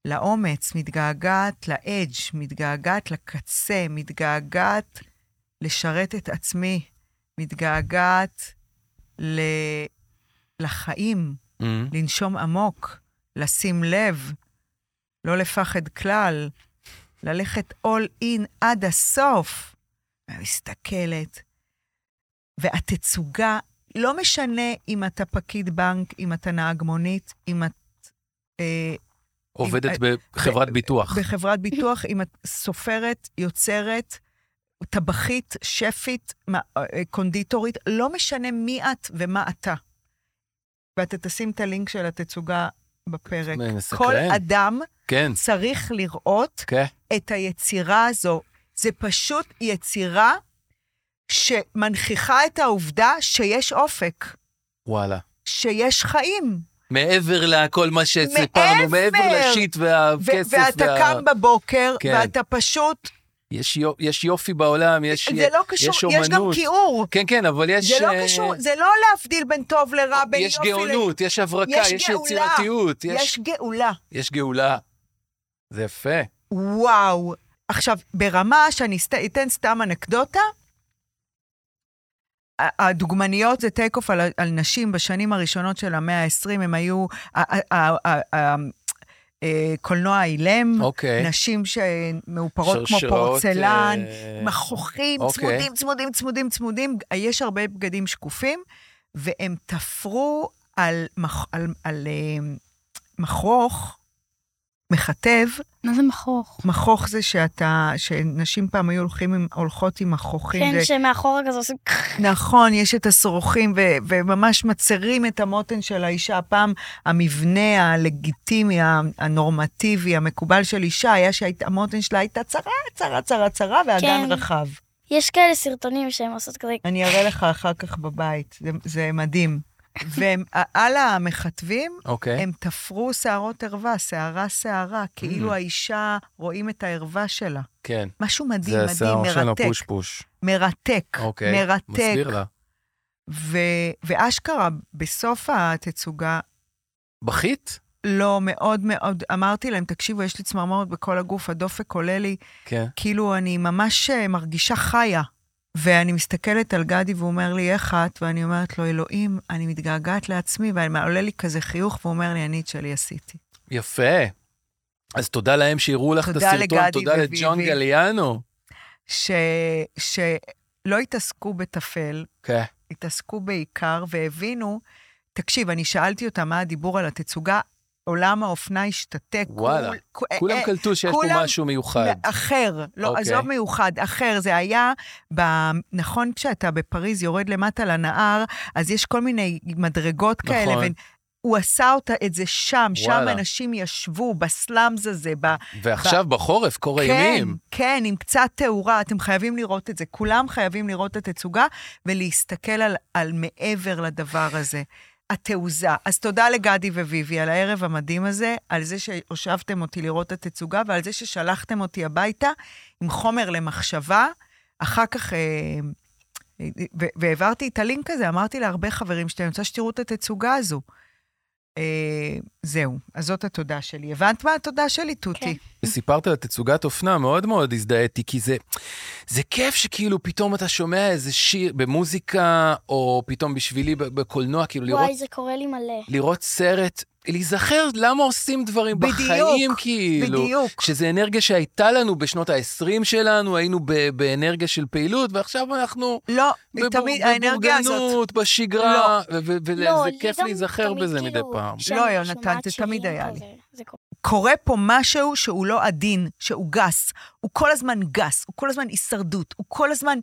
לאומץ, מתגעגעת לאדג', מתגעגעת לקצה, מתגעגעת לשרת את עצמי, מתגעגעת ל... לחיים, לנשום עמוק, לשים לב, לא לפחד כלל, ללכת all in עד הסוף. ומסתכלת, והתצוגה, לא משנה אם אתה פקיד בנק, אם אתה נהג מונית, אם את אה, עובדת בחברת ביטוח. בחברת ביטוח, אם את סופרת, יוצרת, טבחית, שפית, מה- אה, קונדיטורית, לא משנה מי את ומה אתה. ואתה תשים את הלינק של התצוגה בפרק. מסקרן. כל אדם כן. צריך לראות כן. את היצירה הזו. זה פשוט יצירה שמנכיחה את העובדה שיש אופק, וואלה. שיש חיים. מעבר לכל מה שסיפרנו, מעבר מעבר. לשיט ו- והכסף. ואתה וה- קם בבוקר, כן. ואתה פשוט יש יו- יש יופי בעולם, יש זה לא קשור, יש יש גם אומנות. כיעור. כן, כן, אבל יש... זה לא אה, קשור, זה לא להבדיל בין טוב לרע, בין יש יופי ל- גאונות, יש הברקה, יש יש גאולה. יצירתיות, יש יש- גאולה. יש גאולה. זה יפה. וואו. עכשיו, ברמה שאני סת... אתן סתם אנקדוטה, ה- הדוגמניות זה טייק אוף על, ה- על נשים בשנים הראשונות של המאה ה-20, הם היו... ה- ה- ה- ה- ה- אה, קולנוע אילם, אוקיי. נשים שמאופרות כמו שרשראות, פורצלן, אה, מכוחים, אוקיי. צמודים, צמודים, צמודים, צמודים. יש הרבה בגדים שקופים, והם תפרו על, מח, על, על אה, מכרוך, מכתב, מה זה מכוך? מכוך זה שאתה, שנשים פעם היו הולכים עם, הולכות עם מכוכים. כן, ו- שמאחורה כזה עושים... נכון, יש את השרוכים, ו- וממש מצרים את המותן של האישה. פעם המבנה הלגיטימי, ה- הנורמטיבי, המקובל של אישה, היה שהמותן שלה הייתה צרה, צרה, צרה, צרה, והגן כן. רחב. יש כאלה סרטונים שהם עושות כזה... אני אראה לך אחר כך בבית, זה, זה מדהים. ועל המכתבים, אוקיי. הם תפרו שערות ערווה, שערה שערה, כאילו Mm. האישה, רואים את הערווה שלה. כן. משהו מדהים, זה מדהים, השיער שלנו מרתק. פוש פוש. מרתק, אוקיי. מרתק. מסביר לה. ו- ואשכרה, בסוף התצוגה, בכית? לא, מאוד מאוד, אמרתי להם, תקשיבו, יש לי צמרמורת בכל הגוף, הדופק עולה לי, כן. כאילו, אני ממש אה, מרגישה חיה. ואני מסתכלת על גדי והוא אומר לי, איך את? ואני אומרת לו, אלוהים, אני מתגעגעת לעצמי, ועולה לי כזה חיוך, והוא אומר לי, אני את שלי עשיתי. יפה. אז תודה להם שהראו לך את תודה הסרטון, לגדי תודה וויבי. לג'ון גליאנו. ש... שלא התעסקו בטפל, כן. התעסקו בעיקר והבינו, תקשיב, אני שאלתי אותה מה הדיבור על התצוגה, עולם האופנה השתתק. וואלה. כול- כולם אה, קלטו שיש פה כולם- משהו מיוחד. אחר, לא, אוקיי. okay. עזוב מיוחד, אחר. זה היה, ב... נכון, כשאתה בפריז יורד למטה לנהר, אז יש כל מיני מדרגות נכון. כאלה. ו... הוא עשה אותה, את זה שם, שם וואלה. אנשים ישבו, בסלאמס הזה, ב... ועכשיו בחורף קור אימים. כן, כן, עם קצת תאורה, אתם חייבים לראות את זה. כולם חייבים לראות את התצוגה ולהסתכל על, על מעבר לדבר הזה. התעוזה. אז תודה לגדי וויבי על הערב המדהים הזה, על זה שהושבתם אותי לראות את התצוגה ועל זה ששלחתם אותי הביתה עם חומר למחשבה. אחר כך, אה, אה, ו- והעברתי את הלינק הזה, אמרתי להרבה חברים שלי, אני רוצה שתראו את התצוגה הזו. אה, זהו, אז זאת התודה שלי. הבנת מה התודה שלי, כן. תותי? וסיפרת על תצוגת אופנה, מאוד מאוד הזדהיתי, כי זה, זה כיף שכאילו פתאום אתה שומע איזה שיר במוזיקה, או פתאום בשבילי ב- בקולנוע, כאילו לראות, וואי, זה קורה לי מלא. לראות סרט, להיזכר למה עושים דברים בדיוק, בחיים, כאילו. בדיוק. שזה אנרגיה שהייתה לנו בשנות ה-20 שלנו, היינו ב- באנרגיה של פעילות, ועכשיו אנחנו... לא, בבור- תמיד האנרגיה הזאת. בבורגנות, בשגרה, ו- ו- וזה לא, לי כיף גם להיזכר תמיד בזה כאילו, מדי פעם. כשאני לא, יונתן, שומעת זה תמיד שירים היה לי. כזה, זה קורה. קורה פה משהו שהוא לא עדין, שהוא גס. הוא כל הזמן גס, הוא כל הזמן הישרדות, הוא כל הזמן...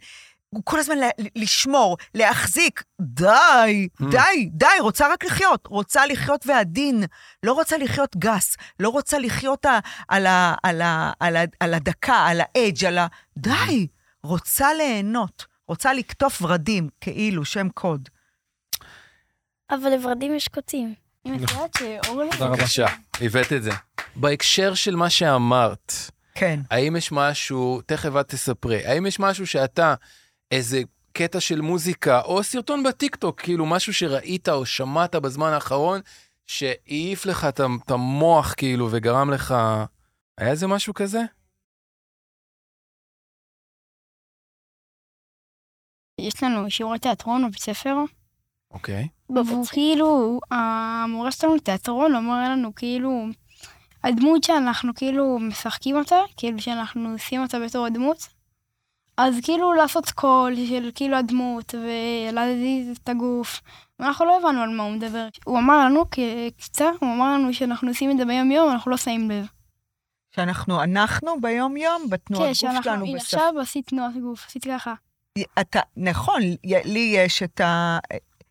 הוא כל הזמן ל- לשמור, להחזיק, די, Mm. די, די, רוצה רק לחיות, רוצה לחיות ועדין, לא רוצה לחיות גס, לא רוצה לחיות ה- על, ה, על, ה, על, ה, על הדקה, על האדג', על ה... די, רוצה ליהנות, רוצה לקטוף ורדים, כאילו, שם קוד. אבל לוורדים יש קוצים. אם את יודעת שאורלי... תודה רבה. בבקשה, הבאת את זה. בהקשר של מה שאמרת, כן. האם יש משהו, תכף את תספרי, האם יש משהו שאתה, איזה קטע של מוזיקה, או סרטון בטיקטוק, כאילו משהו שראית או שמעת בזמן האחרון, שהעיף לך את ה- את המוח, כאילו, וגרם לך... היה איזה משהו כזה? יש לנו שיעורי תיאטרון בבית ספר, אוקיי. והוא כאילו, המורה שלנו לתיאטרון אומר לנו כאילו, הדמות שאנחנו כאילו משחקים אותה, כאילו שאנחנו עושים אותה בתור הדמות, אז כאילו לעשות קול של כאילו הדמות ולהזיז את הגוף. אנחנו לא הבנו על מה הוא מדבר. הוא אמר לנו, קצר, הוא אמר לנו שאנחנו עושים את זה ביום-יום, אנחנו לא שמים לב. שאנחנו, אנחנו ביום-יום, בתנועות כן, גוף שלנו, שאנחנו, הנה בשפה. עכשיו עשית תנועת גוף, עשית ככה. אתה, נכון, י- לי יש את ה...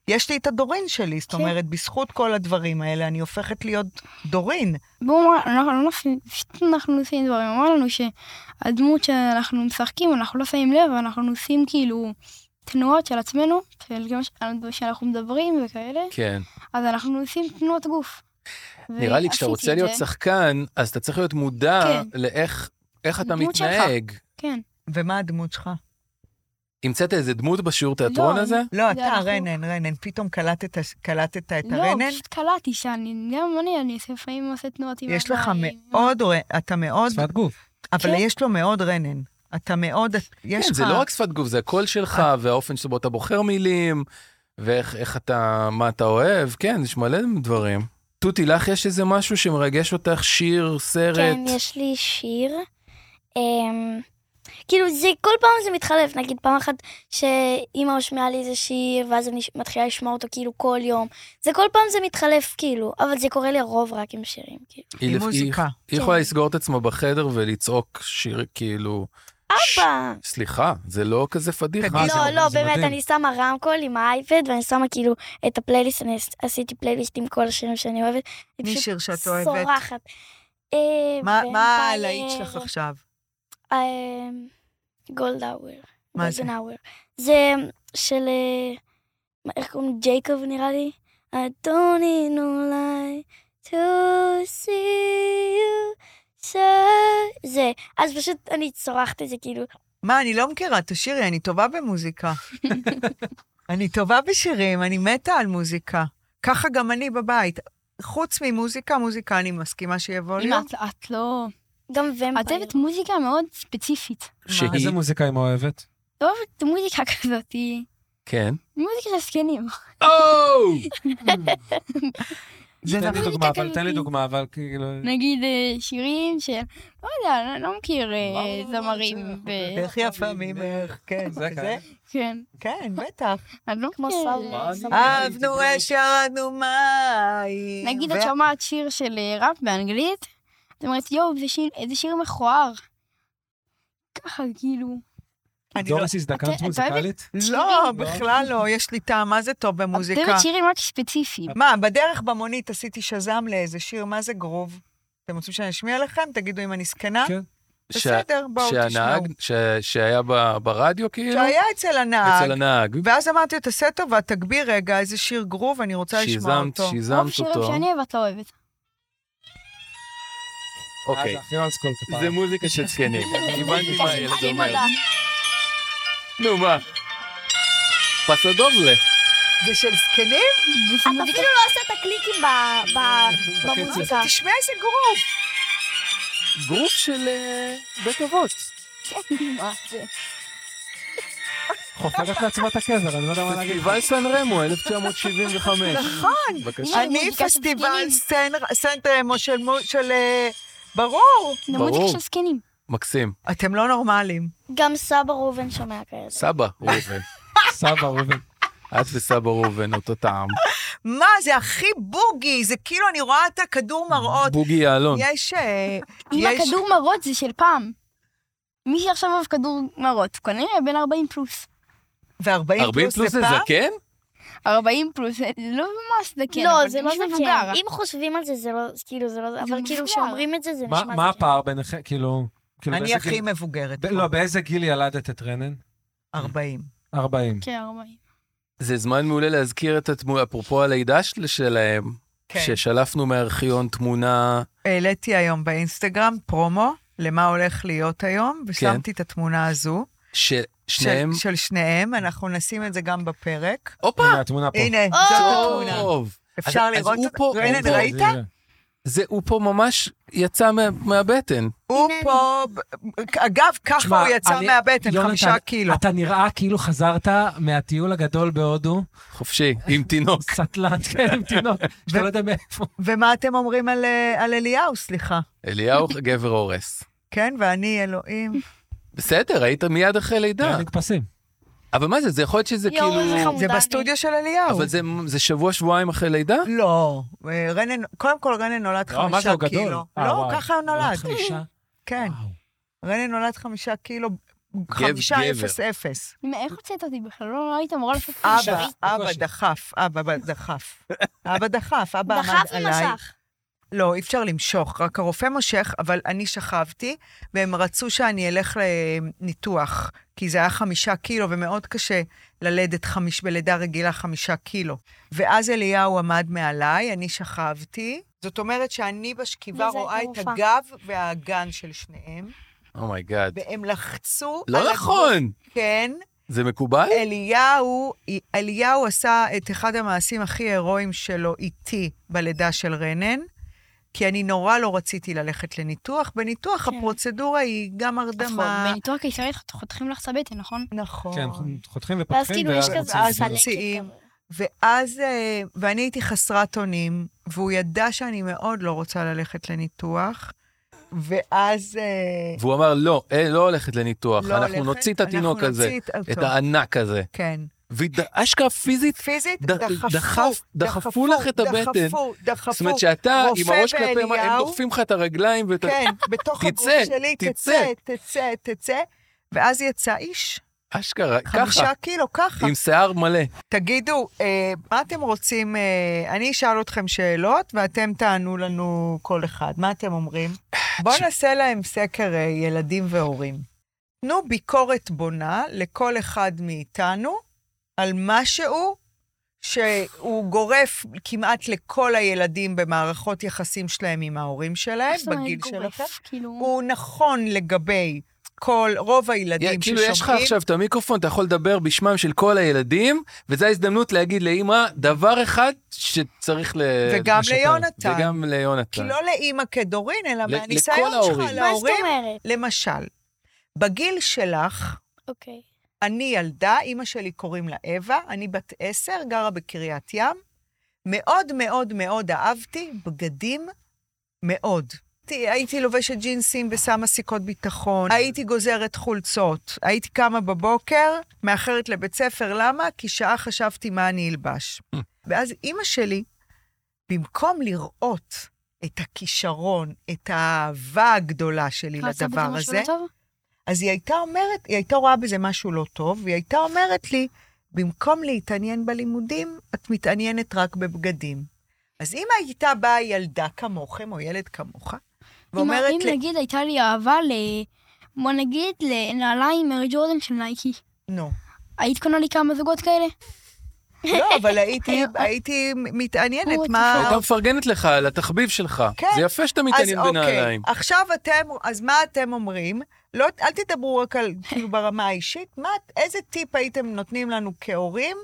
יש לי את הדורין שלי, זאת כן. אומרת, בזכות כל הדברים האלה, אני הופכת להיות דורין. והוא אמר, אנחנו לא עושים, פשוט אנחנו עושים דברים, הוא אמר לנו שהדמות שאנחנו משחקים, אנחנו לא שמים לב, אנחנו עושים כאילו תנועות של עצמנו, של גם ש- על הדברים שאנחנו מדברים וכאלה, כן. אז אנחנו עושים תנועות גוף. נראה לי כשאתה ועשיתי רוצה את להיות זה. שחקן, אז אתה צריך להיות מודע כן. לאיך איך אתה לדמות שלך. מתנהג. כן. ומה הדמות שלך? המצאת איזה דמות בשיעור תיאטרון לא, הזה? לא, זה אתה אנחנו- רנן, רנן. פתאום קלטת, קלטת את לא, הרנן? פשוט קלטתי שאני, גם אני, אני לפעמים עושה תנועות עם יש לך הידיים. מאוד, ר- אתה מאוד, שפת גוף. אבל כן. יש לו מאוד רנן. אתה מאוד, יש כן, לך... אה. זה לא רק שפת גוף, זה הקול שלך, והאופן שבו אתה בוחר מילים, ואיך איך אתה, מה אתה אוהב, כן, יש מלא דברים. תותי, לך יש איזה משהו כן, שמרגש אותך, שיר, סרט? כן, יש לי שיר. אמ, כאילו זה, כל פעם זה מתחלף, נגיד פעם אחת שאימא משמיעה לי איזה שיר, ואז אני ש- מתחילה לשמוע אותו כאילו כל יום. זה כל פעם זה מתחלף כאילו, אבל זה קורה לרוב רק עם שירים, כאילו. היא לפ- מוזיקה. כן. היא יכולה לסגור את עצמה בחדר ולצעוק שיר כאילו... אבא! "ש- סליחה, זה לא כזה פדיחה. אה, זה- לא, לא, זה באמת, מדהים. אני שמה רמקול עם האייפד, ואני שמה כאילו את הפלייליסט, אני עש- עשיתי פלייליסט עם כל השירים שאני אוהבת. אני מי פשוט שיר שאת אוהבת? צורחת. אה, מה- ואין מה בעיה. הלהיט שלך עכשיו? אה, גולד האוור. מה זה? גולדן האוור. זה של, אה, מה- איך קוראים? לו? ג'ייקוב נראה לי? I don't need no light to see you shine. זה, אז פשוט אני צורחת את זה כאילו. מה, אני לא מכירה, תשאירי, אני טובה במוזיקה. אני טובה בשירים, אני מתה על מוזיקה. ככה גם אני בבית. חוץ ממוזיקה, מוזיקה אני מסכימה שיהיה אם ווליום. את- את לא... גם את ומפייר. אוהבת מוזיקה מאוד ספציפית. אה, שהיא... איזה מוזיקה היא אוהבת? לא אוהבת מוזיקה כזאת, היא כן. מוזיקה של זקנים. או! זה תן לי נכון. דוגמה, מוזיקה אבל תן לי כזאת. דוגמה, אבל כאילו... נגיד אה, שירים של, לא יודע, אני לא מכיר אה, זמרים. ו- איך יפה ממך, כן, זה כזה. כן, כן, בטח. אני לא כמו מכיר. סאובר. אהבנו אש, ירדנו מים. נגיד את ו- שומעת שיר של אה, ראפ באנגלית, את אומרת, יואו, זה שיר- איזה שיר מכוער. ככה, כאילו. אני לא- דורס הזדקנת את- את מוזיקלית? לא, בכלל לא, יש לי טעם, מה זה טוב את במוזיקה? אוהבת שירים רק ספציפיים. מה, בדרך במונית עשיתי שז"ם לאיזה שיר, מה זה גרוב? אתם רוצים שאני אשמיע לכם? תגידו אם אני זקנה? כן. שה- בסדר, בואו תשמעו. שהנהג, ש- שהיה ב- ברדיו כאילו? שהיה אצל אצל הנהג, הנהג. ואז אמרתי לו, תעשה טובה, תגביר רגע איזה שיר גרוב, אני רוצה לשמוע שיזמת, אותו. רוב שיזמת שירים אותו. שאני אוהבת לא אוהבת. אה, אוקיי. זה הכי אולד סקול כפרה. זה מוזיקה של זקנים. הבנתי מה הילד אני אומר. מודה. נו מה? פסדובלה. זה של זקנים? זה את מוזיקה- אפילו לא עושה את הקליקים ב- ב- במוזיקה. תשמע איזה גרוב. גרופ של אה, בית אבות. מה זה? חופרת לעצמה את הקבר, אני לא יודע מה להגיד. פסטיבל סן רמו, 1975. נכון. בבקשה. הנה, אני מוזיקה של פסטיבל זקנים. סן- סנטרמו של... מו- של, אה, ברור. זה ברור. מוזיקה של זקנים. מקסים. אתם לא נורמלים. גם סבא ראובן שומע כאלה. סבא ראובן. סבא ראובן. את וסבא ראובן, אותו טעם. מה, זה הכי בוגי, זה כאילו אני רואה את הכדור מראות. בוגי יעלון. יש... אה, אם יש- הכדור מרות זה של פעם. מי שעכשיו אוהב כדור מרות, כנראה בן 40 פלוס. ו-40 40 פלוס פלוס זה זה פעם? זקן? 40 פלוס, זה לא ממש זקן, לא, אבל אה? זה לא איש זקן. מבוגר. אם חושבים על זה, זה לא, כאילו, זה לא, אבל מבוגר. כאילו, כשאומרים את זה, זה מה נשמע... מה זקן. הפער ביניכם? כאילו... כאילו אני באיזה הכי גיל- מבוגרת. ב- לא, באיזה גיל ילדת את רנן? 40. 40. כן, 40. זה זמן מעולה להזכיר את התמונה, אפרופו הלידה של- שלהם, כן. ששלפנו מארכיון תמונה, העליתי היום באינסטגרם פרומו למה הולך להיות כן. היום, ושמתי את התמונה הזו. של- ששניהם... של שניהם, אנחנו נשים את זה גם בפרק. הופה! הנה, התמונה פה. הנה, או! זאת התמונה. טוב. אפשר אז- אז לראות הוא אותה? פה, רנן, הוא פה. ראית? זה- זה, הוא פה ממש יצא מה- מהבטן. הוא הנה פה, אגב, תשמע, ככה הוא יצא אני- מהבטן, יונתן, חמישה קילו. אתה נראה כאילו חזרת מהטיול הגדול בהודו, חופשי, עם תינוק. סטלן, כן, עם תינוק, שאתה לא יודע מאיפה. ומה אתם אומרים על, אה, על אליהו, סליחה? אליהו גבר הורס. כן, ואני אלוהים. בסדר, היית מיד אחרי לא. לידה. אין כן, נתפסים. אבל מה זה, זה יכול להיות שזה יואו, כאילו... איזה חמוד. זה מודע בסטודיו של אליהו. אבל זה, זה שבוע, שבועיים אחרי לידה? לא, אה, רנן, קודם כל רנן נולד לא, מה זה, חמישה הוא גדול. קילו. אה, לא, וואי. ככה הוא נולד. חמישה? כן, וואו. רנן נולד חמישה קילו, חמישה גבר. אפס אפס. מה, איך הוצאת אותי בכלל? לא לא היית אמורה לעשות חמישה. אבא, אבא בקושי. דחף, אבא דחף. אבא דחף, אבא עמד דחף עליי. ומשך. לא, אי אפשר למשוך, רק הרופא מושך, אבל אני שכבתי, והם רצו שאני אלך לניתוח, כי זה היה חמישה קילו, ומאוד קשה ללדת חמיש, בלידה רגילה חמישה קילו. ואז אליהו עמד מעליי, אני שכבתי. זאת אומרת שאני בשכיבה וזה רואה את הייתה רופאה. הגב והאגן של שניהם, אומייגאד. והם לחצו Oh לא על הגב. נכון! כן. זה מקובל? אה. אליהו, אליהו עשה את אחד המעשים הכי הירואיים שלו איתי בלידה של רנן, כי אני נורא לא רציתי ללכת לניתוח. בניתוח כן. הפרוצדורה היא גם הרדמה. נכון, בניתוח קיסרי חותכים לך את הבטן, נכון? נכון. כן, אנחנו חותכים ואז ופותחים. כאילו יש כזה כן, ואז סלקת מוציאים. כזה. ואז, אה, ואני הייתי חסרת אונים, והוא ידע שאני מאוד לא רוצה ללכת לניתוח, ואז... אה, והוא אמר, לא, אה, לא הולכת לניתוח, לא אנחנו הולכת, נוציא את התינוק אנחנו הזה, נוציא את אותו. הענק הזה. כן. והיא ד- אשכרה פיזית, פיזית, ד- דחפו, דחף- דחפו לך את הבטן. דחפו, דחפו. זאת אומרת שאתה, עם רופא הראש כלפי, מה- הם ואליהו. דוחפים לך את הרגליים ואת... ה- כן, בתוך הגוף תצא, שלי, תצא. תצא, תצא, תצא. ואז יצא איש, אשכרה, ככה, חמישה קילו, ככה. עם שיער מלא. תגידו, אה, מה אתם רוצים? אה, אני אשאל אתכם שאלות, ואתם תענו לנו כל אחד. מה אתם אומרים? בואו נעשה להם סקר אה, ילדים והורים. תנו ביקורת בונה לכל אחד מאיתנו על משהו שהוא גורף כמעט לכל הילדים במערכות יחסים שלהם עם ההורים שלהם, מה זאת אומרת אה, בגיל לא גורף? שלכם. כאילו, הוא נכון לגבי כל, רוב יא, הילדים כאילו, ששומעים. יש לך עכשיו את המיקרופון, אתה יכול לדבר בשמם של כל הילדים, וזו ההזדמנות להגיד לאימא דבר אחד שצריך ל... וגם לשפר. ליונתן. וגם כי ליונתן. לא לאימא כדורין, אלא כן. ל- מהניסיון לכל ההורים. שלך מה זאת להורים. אומרת? למשל, בגיל שלך, אוקיי. אני ילדה, אימא שלי קוראים לה אווה, אני בת עשר, גרה בקריית ים. מאוד מאוד מאוד אהבתי בגדים, מאוד. הייתי- הייתי לובשת ג'ינסים ושמה סיכות ביטחון, הייתי גוזרת חולצות, הייתי קמה בבוקר, מאחרת לבית ספר, למה? כי שעה חשבתי מה אני אלבש. ואז אימא שלי, במקום לראות את הכישרון, את האהבה הגדולה שלי אתה עושה בזה לדבר משהו הזה, לא טוב? אז היא הייתה אומרת, היא הייתה רואה בזה משהו לא טוב, והיא הייתה אומרת לי, במקום להתעניין בלימודים, את מתעניינת רק בבגדים. אז אם הייתה באה ילדה כמוכם, או ילד כמוך, ואומרת אם לי, נגיד הייתה לי אהבה ל... בוא נגיד לנעליים מרי ג'ורדן של נייקי. נו. היית קונה לי כמה זוגות כאלה? לא, אבל הייתי, הייתי מתעניינת אה, הוא מה... הייתה מפרגנת לך על התחביב שלך. אה, כן. זה יפה שאתה אז מתעניין בנעליים. אוקיי, עכשיו אתם, אז מה אתם אומרים? לא, אל תדברו רק על, כאילו, ברמה האישית, מה, איזה טיפ הייתם נותנים לנו כהורים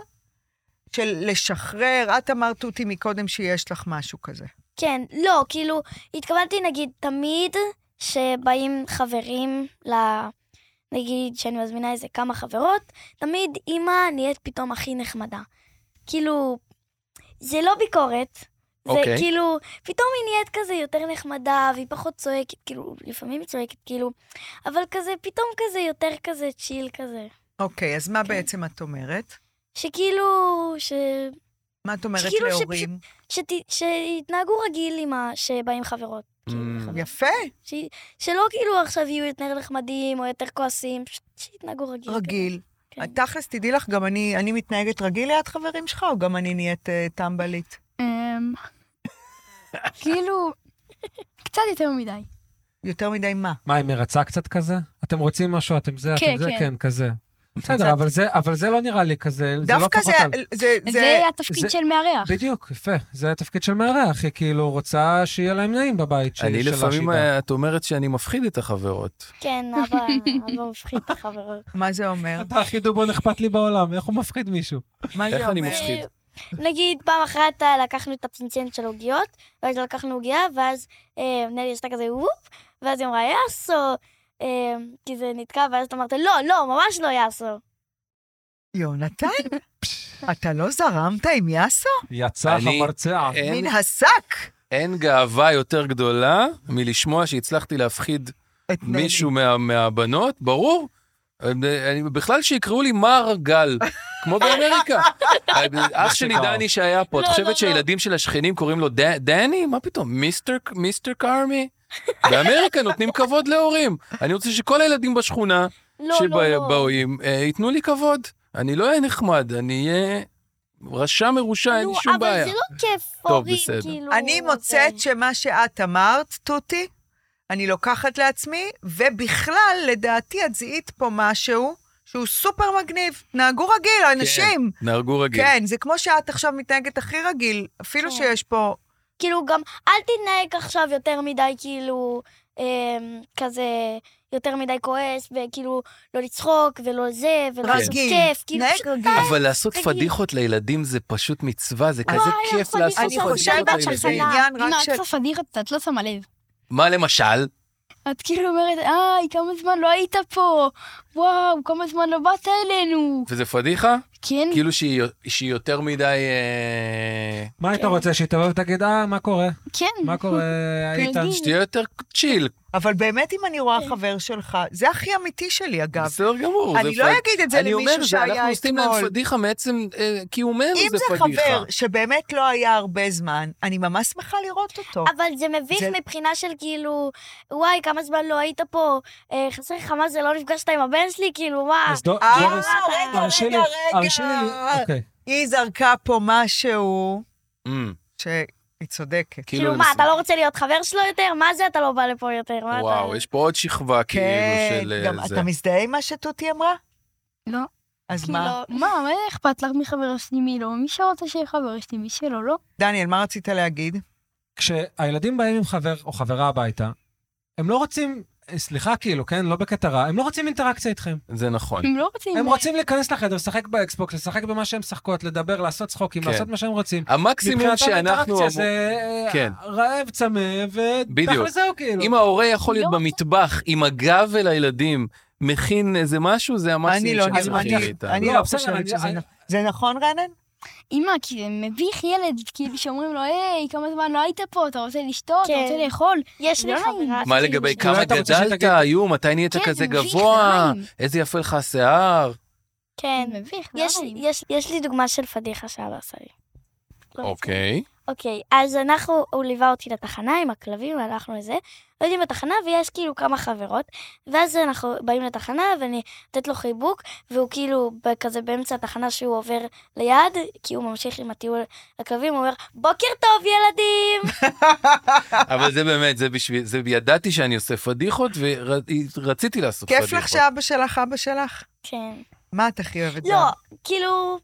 של לשחרר? את אמרת אותי מקודם שיש לך משהו כזה. כן, לא, כאילו, התכוונתי נגיד תמיד שבאים חברים ל... נגיד שאני מזמינה איזה כמה חברות, תמיד אימא נהיית פתאום הכי נחמדה. כאילו, זה לא ביקורת, זה אוקיי. כאילו, פתאום היא נהיית כזה יותר נחמדה, והיא פחות צועקת, כאילו, לפעמים היא צועקת, כאילו, אבל כזה, פתאום כזה יותר כזה צ'יל כזה. אוקיי, אז כן. מה בעצם את אומרת? שכאילו, ש... מה את אומרת שכאילו להורים? שת... שיתנהגו רגיל עם ה... שבאים חברות. כאילו, Mm. לחבר- יפה, ש... שלא כאילו עכשיו יהיו יותר נחמדים או יותר כועסים, פשוט שיתנהגו רגיל. רגיל. כן. תכלס, תדעי לך, גם אני, אני מתנהגת רגיל ליד חברים שלך, או גם אני נהיית אה, טמבלית? אמ, כאילו, קצת יותר מדי. יותר מדי מה? מה, היא מרצה קצת כזה? אתם רוצים משהו, אתם זה, כן, אתם זה, כן. כן, כזה. בסדר, אבל זה- אבל זה לא נראה לי כזה, זה לא דווקא ככה זה, קל. זה, זה, זה התפקיד זה- של מארח. בדיוק, יפה. זה התפקיד של מארח, היא כאילו רוצה שיהיה להם נעים בבית אוקיי. ש- אני שלה, לפעמים, שידע. אה, את אומרת שאני מפחיד את החברות. כן, אבא, אבא מפחיד את החברות. מה זה אומר? אתה הכי דובון אכפת לי בעולם, איך הוא מפחיד מישהו? מה איך זה אני אומר? מפחיד? מפחיד. אה, נגיד, פעם אחת אה, לקחנו את הפצנצנת של עוגיות, ואז לקחנו עוגיה, ואז אה, נלי עשתה כזה וופ, ואז היא אמרה, יאסו, אה, כי זה נתקע, ואז את אמרת, לא, לא, ממש לא יאסו. יונתן, אתה לא זרמת עם יאסו? יצא אני- אה, המרצע. אין- מן השק! אין גאווה יותר גדולה מלשמוע שהצלחתי להפחיד את נלי. מישהו מה- מהבנות, ברור. אני- אני- בכלל שיקראו לי מר גל, כמו באמריקה. אח שלי דני שהיה פה, את לא, לא, חושבת לא. שהילדים של השכנים קוראים לו ד- דני? מה פתאום? מיסטר- מיסטר קרמי? באמריקה נותנים כבוד להורים. אני רוצה שכל הילדים בשכונה לא, לא, לא. שבאים אה, ייתנו לי כבוד. אני לא אהיה נחמד, אני אהיה רשע מרושע, אין לי נו, שום בעיה. אבל זה לא כיף, טוב, הורים, בסדר. כאילו... אני מוצאת זה- שמה שאת אמרת, תותי, אני לוקחת לעצמי, ובכלל, לדעתי, את זיהית פה משהו שהוא סופר מגניב. נהגו רגיל, אנשים. נהרגו כן, רגיל. כן, זה כמו שאת עכשיו מתנהגת הכי רגיל, אפילו כן. שיש פה... כאילו גם, אל תתנהג עכשיו יותר מדי, כאילו, אמ, כזה, יותר מדי כועס, וכאילו, לא לצחוק, ולא זה, ולא לעשות רגיל. כיף, כאילו, נהג פשוט רגיל. אבל לעשות תגיד. פדיחות לילדים זה פשוט מצווה, זה לא, כזה היה כיף פדיחות לעשות אני לעשות פדיחות חושבת פדיחות שזה לילדים. לילדים. עניין רק אמא, את של... עושה פדיחות, את לא שמה לב. מה למשל? את כאילו אומרת, היי, כמה זמן לא היית פה, וואו, כמה זמן לא באת אלינו. וזה פדיחה? כן, כאילו שהיא שהיא יותר מדי... אה, Mm. מה כן. היית רוצה, שהיא תבוא ותגיד, אה, מה קורה? כן. מה קורה, איתן? שתהיה יותר צ'יל, אבל באמת, אם אני כן. רואה חבר שלך, זה הכי אמיתי שלי, אגב. בסדר גמור. אני זה לא פד- אגיד את זה אני למישהו אומר, זה- שהיה אנחנו עושים להם אתמול. פדיחה מעצם, אה, כי הוא אומר, אם זה זה פדיחה. Mm, חבר שבאמת לא היה הרבה זמן, אני ממש שמחה לראות אותו. אה, אבל זה מביך זה- מבחינה של כאילו, וואי, כמה זמן לא היית פה, אה, חסר לך מה זה, לא נפגשת עם הבן שלי, כאילו, מה? אז דו- אה, דורס, רגע, הרשי לי, רגע, הרשי לי, רגע. אוקיי. היא זרקה פה משהו אמ, שהיא צודקת. כאילו, הם מה, אתה עושים- לא רוצה להיות חבר שלו יותר? מה זה אתה לא בא לפה יותר? מה אתה- וואו, יש פה עוד שכבה כאילו כן, של גם אה, זה. אתה מזדהה עם מה שתותי אמרה? לא. אז כאילו, מה? מה, מה אכפת לך מחבר שלי מי לא? מי שרוצה שיהיה חבר שלי, מי שלא, לא. דניאל, מה רצית להגיד? כשהילדים באים עם חבר או חברה הביתה, הם לא רוצים, אה, סליחה כאילו, כן? לא בקטע רע, הם לא רוצים אינטראקציה איתכם. זה נכון. הם לא רוצים... הם רוצים להיכנס לחדר, לשחק באקסבוקס, לשחק במה שהם משחקות, לדבר, לעשות צחוקים, כן. לעשות מה שהם רוצים. המקסימום מבחינתם שאנחנו... אינטראקציה אמור- זה אה, כן. רעב צמא, בדיוק. ותכל'ס זהו כאילו. אם ההורה יכול להיות לא. במטבח עם הגב אל הילדים, מכין איזה משהו, זה אני המקסימום לא שאני נראה מכיר לי. איתה. אני לא, לא בסדר, חושבת אני- שזה אני- נכון. זה נכון, רנן? לא אמא, כי זה מביך ילד, כאילו שאומרים לו, היי, כמה זמן לא היית פה, אתה רוצה לשתות, אתה כן. רוצה לאכול. יש לי לא נעים. חברה. מה שלי. לגבי כאילו, כמה אתה רוצה גדלת, שתגיד- היו, מתי נהיית כן, כזה זה מביך, גבוה, זה נעים. איזה יפה לך השיער. כן. זה מביך, לא יש- נעים. יש- יש לי דוגמה של פדיחה שאבא עשה לי. לא אוקיי. אוקיי, אז אנחנו, הוא ליווה אותי לתחנה עם הכלבים, הלכנו לזה, עולים לתחנה ויש כאילו כמה חברות, ואז אנחנו באים לתחנה ואני נותנת לו חיבוק, והוא כאילו ב- כזה באמצע התחנה שהוא עובר ליד, כי הוא ממשיך עם הטיול לכלבים, הוא אומר, בוקר טוב ילדים! אבל זה באמת, זה בשביל, זה ידעתי שאני עושה פדיחות, ורציתי לעשות פדיחות. כיף לך שאבא שלך אבא שלך? כן. מה את הכי אוהבת? לא, באבא? כאילו,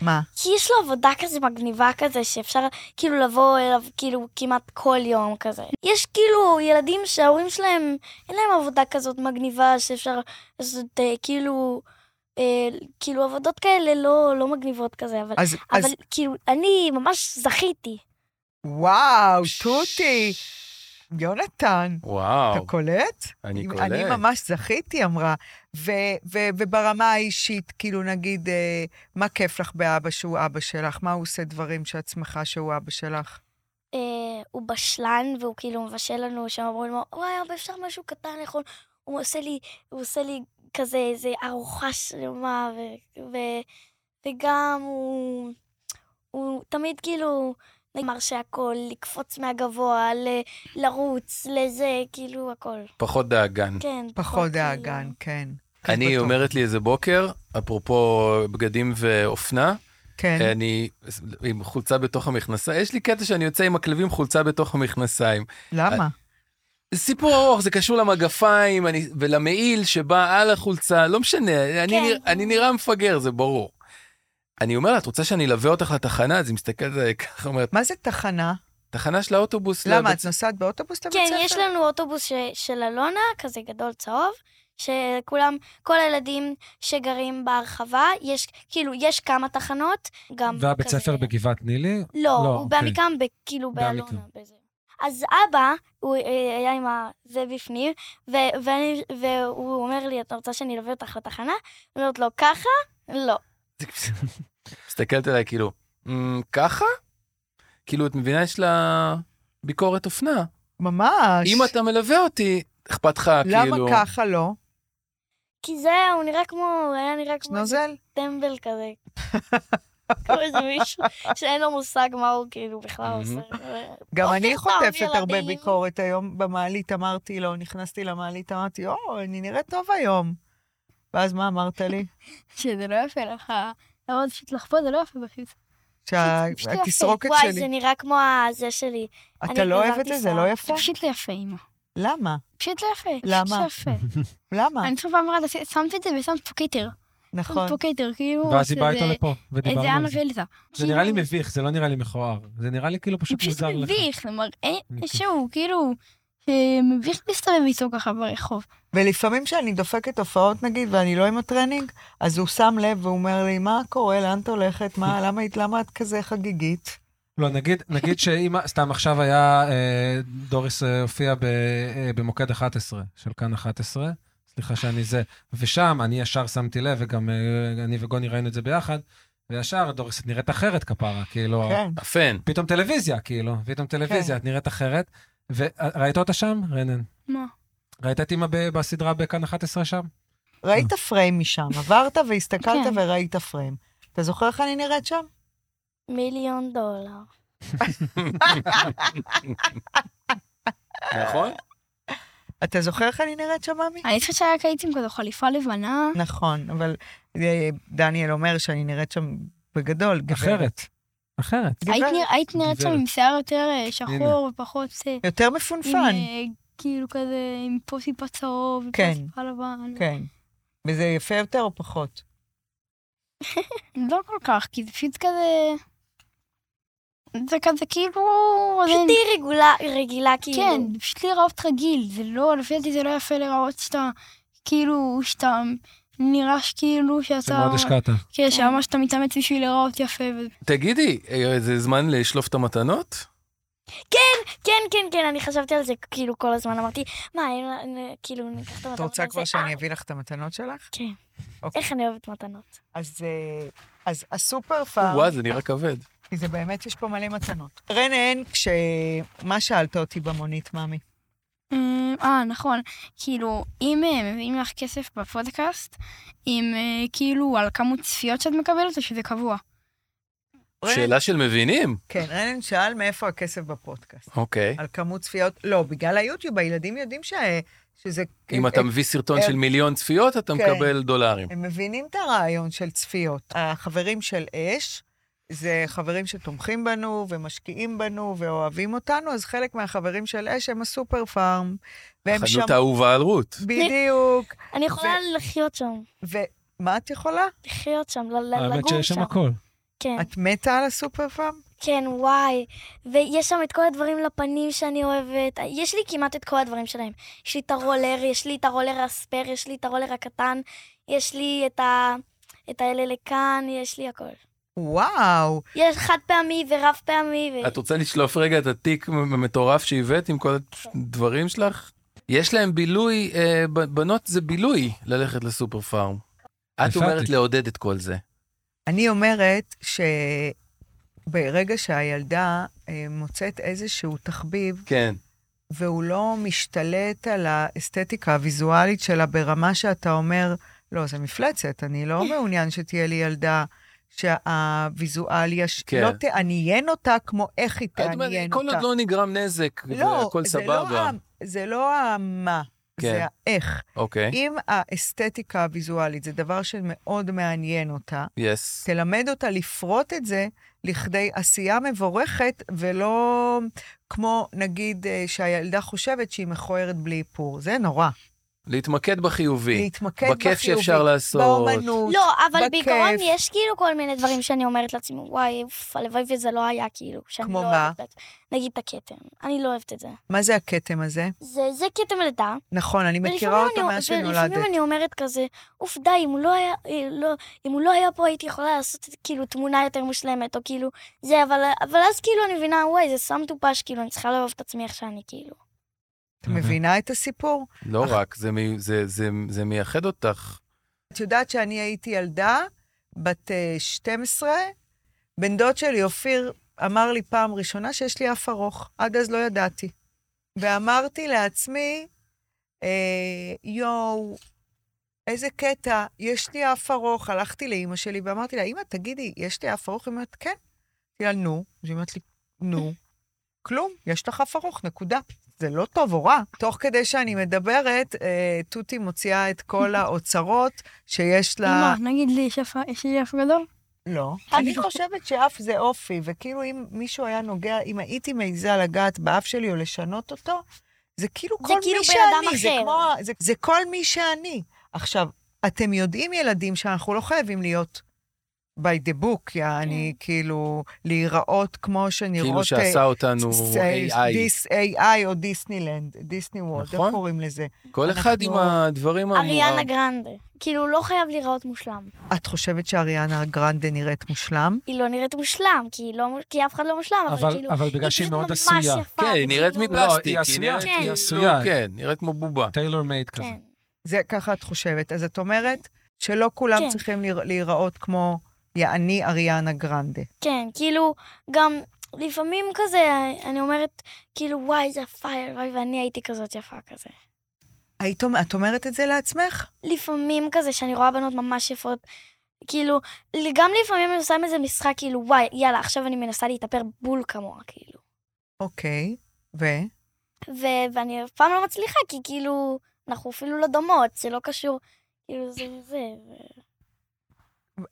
מה? כי יש לו עבודה כזה מגניבה כזה, שאפשר כאילו לבוא אליו כאילו כמעט כל יום כזה. יש כאילו ילדים שההורים שלהם, אין להם עבודה כזאת מגניבה שאפשר לעשות אה, כאילו, אה, כאילו עבודות כאלה לא, לא מגניבות כזה, אבל, אז, אבל אז כאילו, אני ממש זכיתי. וואו, תותי, יונתן, אתה וואו, קולט? אני אם- קולט. אני ממש זכיתי, אמרה. ו, ו, וברמה האישית, כאילו נגיד, אה, מה כיף לך באבא שהוא אבא שלך? מה הוא עושה דברים שאת שמחה שהוא אבא שלך? אה, הוא בשלן, והוא כאילו מבשל לנו, שם אומרים לו, וואי, אבל אפשר משהו קטן לאכול. הוא עושה לי, הוא עושה לי כזה איזה ארוחה שלמה, ו, ו, וגם הוא, הוא תמיד כאילו, נגמר שהכל, לקפוץ מהגבוה, ל, לרוץ, לזה, כאילו, הכל. פחות דאגן. כן. פחות כאילו- דאגן, כן. אני, היא בטוח. אומרת לי איזה בוקר, אפרופו בגדים ואופנה, כן. אני עם חולצה בתוך המכנסיים, יש לי קטע שאני יוצא עם הכלבים חולצה בתוך המכנסיים. אה, למה? זה סיפור ארוך, זה קשור למגפיים אני, ולמעיל שבא על החולצה, לא משנה, אני, כן. נרא, אני נראה מפגר, זה ברור. אני אומר לה, את רוצה שאני אלווה אותך לתחנה? אז היא מסתכלת עליי ככה, אומרת, מה זה תחנה? תחנה של האוטובוס. לא, למה, לבית את נוסעת באוטובוס לבית כן, ספר? יש לנו אוטובוס ש, של אלונה, כזה גדול צהוב, שכולם, כל הילדים שגרים בהרחבה, יש, כאילו, יש כמה תחנות, גם והבית ספר בגבעת נילי? לא, לא, הוא אוקיי. בעמיקם, ב, כאילו, בעמיקם. באלונה. בזה. אז אבא, הוא אה, היה עם ה- זה בפנים, ו- ואני, והוא אומר לי, את רוצה שאני אלווה אותך לתחנה? אני אומרת לו, ככה? לא. מסתכלת עליי כאילו, "מ, ככה? כאילו, את מבינה, יש לה ביקורת אופנה. ממש. אם אתה מלווה אותי, אכפת לך, למה כאילו... ככה לא? כי זה, היה- הוא נראה כמו, הוא היה נראה כמו איזה נוזל? טמבל כזה. כמו איזה מישהו שאין לו מושג מה הוא כאילו בכלל עושה. גם בוקר אני טוב, חוטפת הרבה ילדים. ביקורת היום במעלית, אמרתי לו, נכנסתי למעלית, אמרתי, או, אני נראית טוב היום. ואז מה אמרת לי? שזה לא יפה לך. למה פשוט לחפות, זה לא יפה פשוט. פשוט- פשוט יפה. שהתסרוקת וואי, זה שלי. נראה כמו הזה שלי. אתה אני לא אוהב את גזרתי זה? זה שיער. לא יפה? זה פשוט לא יפה, אמא. למה? פשוט לא יפה. פשוט למה? לא יפה. למה? אני פשוט פעם אחת עשיתי- שמתי את זה ושמת פה כתר. נכון. פה כתר, כאילו... ואז היא באה שזה- איתו לפה, איזה ודיברנו על אנה זה. ואליזה. זה נראה לי מביך, זה לא נראה לי מכוער. זה נראה לי כאילו זה פשוט פשוט מוזר לך. מביך, זה מראה אוקיי. שהוא כאילו... אה, מביך להסתובב איתו ככה ברחוב. ולפעמים כשאני דופקת הופעות, נגיד, ואני לא עם הטרנינג, אז הוא שם לב והוא אומר לי, מה קורה, לאן את הולכת, מה, למה, את- למה את כזה חגיגית? לא, נגיד, נגיד שאם, סתם עכשיו היה, אה, דוריס אה, הופיעה ב, אה, במוקד 11 של כאן 11, סליחה שאני זה. ושם אני ישר שמתי לב, וגם אה, אני וגוני ראינו את זה ביחד, וישר דורסת נראית אחרת כפרה, כאילו, כן. הפן. פתאום טלוויזיה, כאילו, פתאום טלוויזיה, את נראית אחרת. וראית אותה שם, רנן? מה? ראית את אימא ב- בסדרה בכאן 11 שם? ראית פריים משם, עברת והסתכלת כן. וראית פריים. אתה זוכר איך אני נראית שם? מיליון דולר. נכון? אתה זוכר איך אני נראית שם, ממי? אני חושבת שרק הייתי עם כזו חליפה לבנה. נכון, אבל אה, דניאל אומר שאני נראית שם בגדול. גברת. אחרת. אחרת. גברת. היית נרא- היית נראית שם גברת. עם שיער יותר אה, שחור ופחות... אה, יותר עם, מפונפן, אה, כאילו כזה, עם פה טיפה צהוב, כן. ופה טיפה לבן. כן. וזה יפה יותר או פחות? לא כל כך, כי זה פשוט כזה... זה כזה כאילו... פשוט זה- תהיי רגולה- רגילה כאילו. כן, פשוט להיראות רגיל, זה לא, לפי דעתי זה לא יפה להיראות שאתה, כאילו, שאתה נרעש כאילו זה שאתה... מאוד השקעת. כן, שממש אתה מתאמץ בשביל להיראות יפה. ו- תגידי, אה, זה זמן לשלוף את המתנות? כן, כן, כן, אני חשבתי על זה כאילו כל הזמן, אמרתי, מה, אם נ- כאילו ניקח את המתנות את רוצה הזה?" כבר אה, שאני אביא לך את המתנות שלך? כן. אוקיי. איך אני אוהבת מתנות. אז, אה, אז הסופר פארם, וואו, זה נראה כבד. כי זה באמת, יש פה מלא מתנות. רנן, כש... מה שאלת אותי במונית, ממי? אמ, אה, נכון, כאילו, אם אה, מביאים לך כסף בפודקאסט, אם אה, כאילו על כמות צפיות שאת מקבלת, או שזה קבוע. רנן- שאלה של מבינים. כן, רנן שאל מאיפה הכסף בפודקאסט. אוקיי. על כמות צפיות, לא, בגלל היוטיוב, הילדים יודעים ש... שזה... אם אתה מביא סרטון של מיליון צפיות, אתה כן. מקבל דולרים. הם מבינים את הרעיון של צפיות. החברים של אש זה חברים שתומכים בנו ומשקיעים בנו ואוהבים אותנו, אז חלק מהחברים של אש הם הסופר פארם. והם שם... חנות האהובה על רות. בדיוק. אני יכולה לחיות שם, ומה את יכולה? לחיות שם, ל- ל- האמת לגור שיש שם. שם הכל. כן, את מתה על הסופר פארם? כן, וואי. ויש שם את כל הדברים לפנים שאני אוהבת. יש לי כמעט את כל הדברים שלהם. יש לי את הרולר, יש לי את הרולר הספייר, יש לי את הרולר הקטן, יש לי את ה... את האלה לכאן, יש לי הכל. וואו, יש חד פעמי ורב פעמי, אה. ו... את רוצה לשלוף רגע את התיק המטורף שהבאת עם כל הדברים שלך? יש להם בילוי, אה, ב- בנות זה בילוי ללכת לסופר פארם. את יפה, אומרת טיק. לעודד את כל זה. אני אומרת שברגע שהילדה אה, מוצאת איזשהו תחביב, כן. והוא לא משתלט על האסתטיקה הוויזואלית שלה ברמה שאתה אומר, לא, זה מפלצת, אני כן. לא מעוניין שתהיה לי ילדה שהוויזואליה ש... כן. לא תעניין אותה כמו איך היא את אומרת, תעניין כל אותה. עוד לא נגרם נזק, והכל זה לא, סבבה. ה- זה לא המה, זה כן. האיך. אוקיי, אם האסתטיקה הוויזואלית זה דבר שמאוד מעניין אותה, יס. תלמד אותה לפרוט את זה לכדי עשייה מבורכת, ולא כמו, נגיד, אה, שהילדה חושבת שהיא מכוערת בלי איפור. זה נורא. להתמקד בחיובי. להתמקד בכיף בחיובי, שאפשר לעשות. באומנות. לא, אבל בכיף. בעיקרון יש כאילו כל מיני דברים שאני אומרת לעצמי, וואי, אוף, הלוואי וזה לא היה כאילו. שאני כמו לא מה? אוהבת את זה." נגיד את הכתם, אני לא אוהבת את זה. מה זה הכתם הזה? זה, זה כתם לידה. נכון, אני מכירה ולפעמים אותו אני- מאז שנולדת. ולפעמים אני אומרת כזה, אוף די, אם הוא לא היה, אה, לא, אם הוא לא היה פה הייתי יכולה לעשות כאילו תמונה יותר מושלמת, או כאילו, זה, אבל, אבל אז כאילו אני מבינה, וואי, זה סם מטופש, כאילו, אני צריכה לאהוב את עצמי איך שאני, כאילו. את מבינה את הסיפור? לא רק, זה מי- זה- זה- זה מייחד אותך. את יודעת שאני הייתי ילדה, בת אה, 12, בן דוד שלי, אופיר, אמר לי פעם ראשונה שיש לי אף ארוך. עד אז לא ידעתי. ואמרתי לעצמי, אה, יואו, איזה קטע, יש לי אף ארוך. הלכתי לאימא שלי ואמרתי לה, אימא, תגידי, יש לי אף ארוך? היא אומרת, כן. אמרתי לה, נו. אז היא אומרת לי, נו. כלום, יש לך אף ארוך, נקודה. זה לא טוב או רע. תוך כדי שאני מדברת, אה, תותי מוציאה את כל האוצרות שיש לה... אמא, נגיד לי, יש אף- יש לי אף גדול? לא. אני חושבת שאף זה אופי, וכאילו אם מישהו היה נוגע, אם הייתי מעיזה לגעת באף שלי או לשנות אותו, זה כאילו כל כאילו מי בן אדם שאני, זה אחר. כמו, ה- זה, זה כל מי שאני. עכשיו, אתם יודעים, ילדים, שאנחנו לא חייבים להיות by the book, יעני, כן. כאילו, להיראות כמו שנראות... כאילו אה, שעשה אותנו ס- אה, AI. דיס, AI או דיסנילנד, דיסני וורד, איך נכון. קוראים לזה? כל אחד עם אנחנו- הדברים אריאנה המורם. גרנדה. כאילו, הוא לא חייב להיראות מושלם. את חושבת שאריאנה גרנדה נראה מושלם? היא לא נראית מושלם, כי, היא לא, כי אף אחד לא מושלם, אבל, אבל- כאילו... אבל בגלל שהיא פשוט מאוד ממש עשויה. יפה, כאילו. כן, היא נראית וכאילו- לא, מפלסטיק. היא עשויה, נראית היא כאילו- עשויה. כן, נראית כמו בובה. טיילור מייד כזה. כן. זה ככה את חושבת. אז את אומרת שלא כולם כן. צריכים להיר- להיראות כמו יעני אריאנה גרנדה. כן, כאילו, גם לפעמים כזה, אני אומרת, כאילו, וואי, זה יפה, הלוואי ואני הייתי כזאת יפה כזה. היית, אומ- את אומרת את זה לעצמך? לפעמים כזה, שאני רואה בנות ממש יפות, כאילו, גם לפעמים אני עושה מזה משחק, כאילו, וואי, יאללה, עכשיו אני מנסה להתאפר בול כמוה, כאילו. אוקיי, ו? ו- ואני אף פעם לא מצליחה, כי כאילו, אנחנו אפילו לא דומות, זה לא קשור, כאילו, זה זה, ו-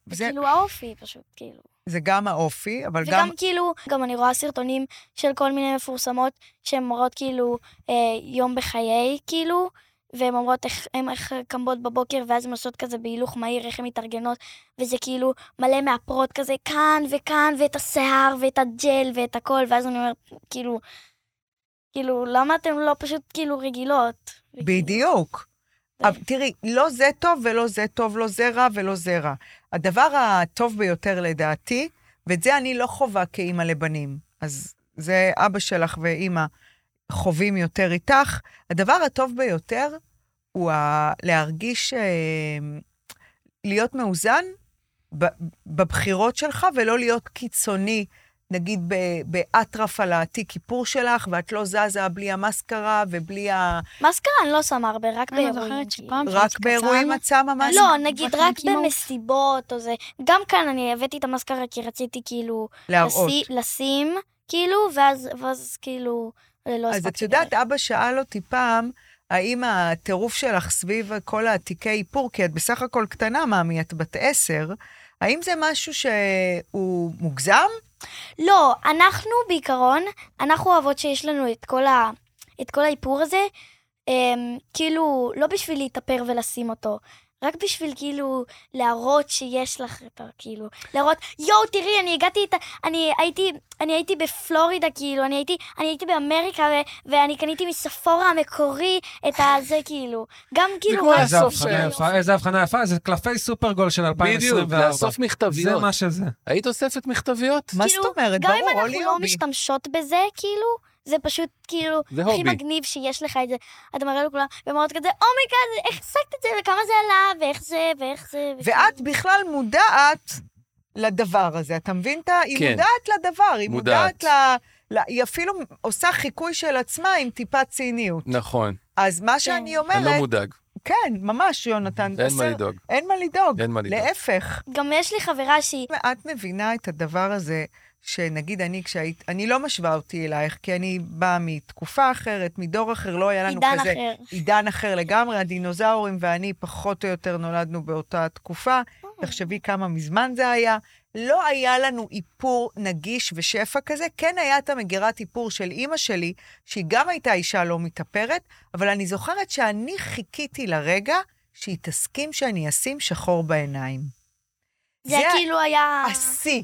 זה, כאילו האופי פשוט, כאילו. זה גם האופי, אבל וגם גם... גם... כאילו, גם אני רואה סרטונים של כל מיני מפורסמות שהן מראות כאילו אה, יום בחיי, כאילו, והן אומרות איך הן איך הן קמות בבוקר, ואז הן עושות כזה בהילוך מהיר, איך הן מתארגנות, וזה כאילו מלא מאפרות כזה כאן וכאן, ואת השיער, ואת הג'ל, ואת הכל, ואז אני אומרת, כאילו, כאילו, למה אתן לא פשוט כאילו רגילות? בדיוק. אבל תראי, לא זה טוב ולא זה טוב, לא זה רע ולא זה רע. הדבר הטוב ביותר לדעתי, ואת זה אני לא חווה כאימא לבנים, אז זה אבא שלך ואימא חווים יותר איתך, הדבר הטוב ביותר הוא ה... להרגיש, אה, להיות מאוזן ב- בבחירות שלך ולא להיות קיצוני. נגיד ב- באטרף על התיק כיפור שלך, ואת לא זזה בלי המסקרה ובלי ה... מסקרה אני לא שמה הרבה, רק אני באירועים. זוכרת כאילו. שפעם רק שהייתי באירועים קטן, את שמה משהו? לא, נגיד רק בקינקימוס. במסיבות או זה. גם כאן אני הבאתי את המסקרה כי רציתי כאילו להראות. לשים- לשים, כאילו, ואז ואז כאילו, לא אז את הספקתי יודעת, לראות. אבא שאל אותי פעם, האם הטירוף שלך סביב כל התיקי איפור, כי את בסך הכל קטנה, מאמי, את בת עשר, האם זה משהו שהוא מוגזם? לא, אנחנו בעיקרון, אנחנו אוהבות שיש לנו את כל ה... את כל האיפור הזה, אמ, כאילו, לא בשביל להתאפר ולשים אותו. רק בשביל כאילו להראות שיש לך את ה... כאילו, להראות, יואו, תראי, אני הגעתי איתה, אני הייתי, אני הייתי בפלורידה, כאילו, אני הייתי, אני הייתי באמריקה, ו- ואני קניתי מספורה המקורי את הזה, כאילו. גם כאילו, כמו איזה לאסוף הבחנה של- יפה, איזה הבחנה יפה, זה קלפי סופרגול של בדיוק, 2024. לאסוף זה מכתביות. מה שזה. היית אוספת מכתביות? מה כאילו, זאת אומרת? גם אם ברור, או אנחנו לי לא או בי. משתמשות בזה, כאילו, זה פשוט כאילו, זה הכי הובי. מגניב שיש לך את זה. אתה מראה לכולם, והן אומרות כזה, אומייגאד, איך השגת את זה, וכמה זה עלה, ואיך זה, ואיך זה. וכאילו- ואת בכלל מודעת לדבר הזה, אתה מבין? את ה- היא כן. מודעת לדבר, היא מודעת. מודעת ל... ל- היא אפילו עושה חיקוי של עצמה עם טיפה ציניות. נכון, אז כן. מה שאני אני לא אומרת, מודאג, כן, ממש, יונתן, אין מה בסדר, לדאוג. אין מה לדאוג. אין מה לדאוג. להפך. גם יש לי חברה שהיא... את מבינה את הדבר הזה, שנגיד אני כשהיית, אני לא משווה אותי אלייך, כי אני באה מתקופה אחרת, מדור אחר, לא היה לנו עידן כזה... אחר. עידן אחר לגמרי, הדינוזאורים ואני פחות או יותר נולדנו באותה תקופה. תחשבי כמה מזמן זה היה. לא היה לנו איפור נגיש ושפע כזה. כן היה את המגירת איפור של אימא שלי, שהיא גם הייתה אישה לא מתאפרת, אבל אני זוכרת שאני חיכיתי לרגע שהיא תסכים שאני אשים שחור בעיניים. זה זה- כאילו היה... השיא.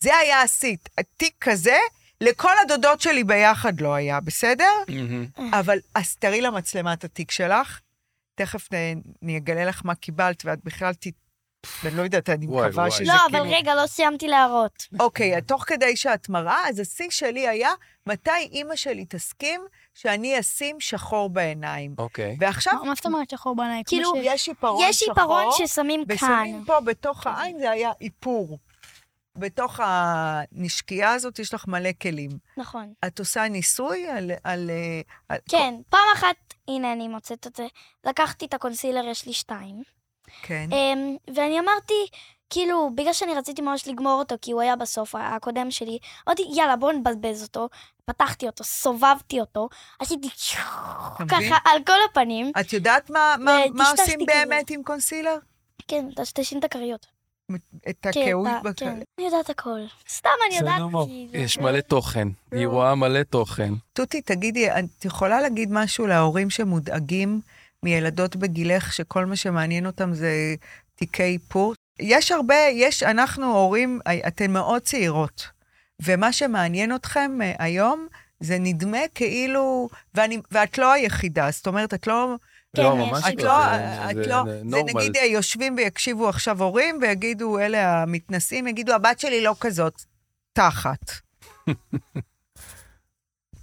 זה היה השיא. תיק כזה, לכל הדודות שלי ביחד לא היה, בסדר? מהמם. אבל אז תראי למצלמה את התיק שלך, תכף נ- אני אגלה לך מה קיבלת, ואת בכלל ת... ואני לא יודעת, אני וואי, מקווה וואי. שזה לא, אבל כאילו... רגע, לא סיימתי להראות. אוקיי, תוך כדי שאת מראה, אז השיא שלי היה, מתי אימא שלי תסכים שאני אשים שחור בעיניים. אוקיי. ועכשיו מה- מה זאת אומרת שחור בעיניים? כמו כאילו, ש- יש עיפרון יש שחור, עיפרון ששמים כאן. ושמים פה בתוך העין, זה היה איפור. בתוך הנשקייה הזאת יש לך מלא כלים. נכון. את עושה ניסוי על... על, אה, על כן, פעם אחת, הנה, אני מוצאת את זה. לקחתי את הקונסילר, יש לי שתיים. כן. אמ, ואני אמרתי, כאילו, בגלל שאני רציתי ממש לגמור אותו, כי הוא היה בסוף ה- הקודם שלי, אמרתי, יאללה, בואו נבזבז אותו. פתחתי אותו, סובבתי אותו, עשיתי מבין? ככה על כל הפנים. את יודעת מה, מה, אה, מה טשטשתי עושים כזה. באמת עם קונסילר? כן, טשטשים את הכריות. את כן, הכהות? ב- בק- כן, אני יודעת הכל. סתם אני בסדר יודעת, גמור. כאילו. יש מלא תוכן, היא לא. רואה מלא תוכן. תותי, תגידי, את יכולה להגיד משהו להורים שמודאגים מילדות בגילך, שכל מה שמעניין אותם זה תיקי איפור? יש הרבה, יש, אנחנו הורים, אי- אתן מאוד צעירות, ומה שמעניין אתכם אה, היום, זה נדמה כאילו, ואני, ואת לא היחידה, זאת אומרת, את לא... כן, לא, יש ממש לי את לא. לא, זה- את זה לא, זה נורמל. נגיד אה, יושבים ויקשיבו עכשיו הורים ויגידו, אלה המתנשאים, יגידו, הבת שלי לא כזאת, תחת.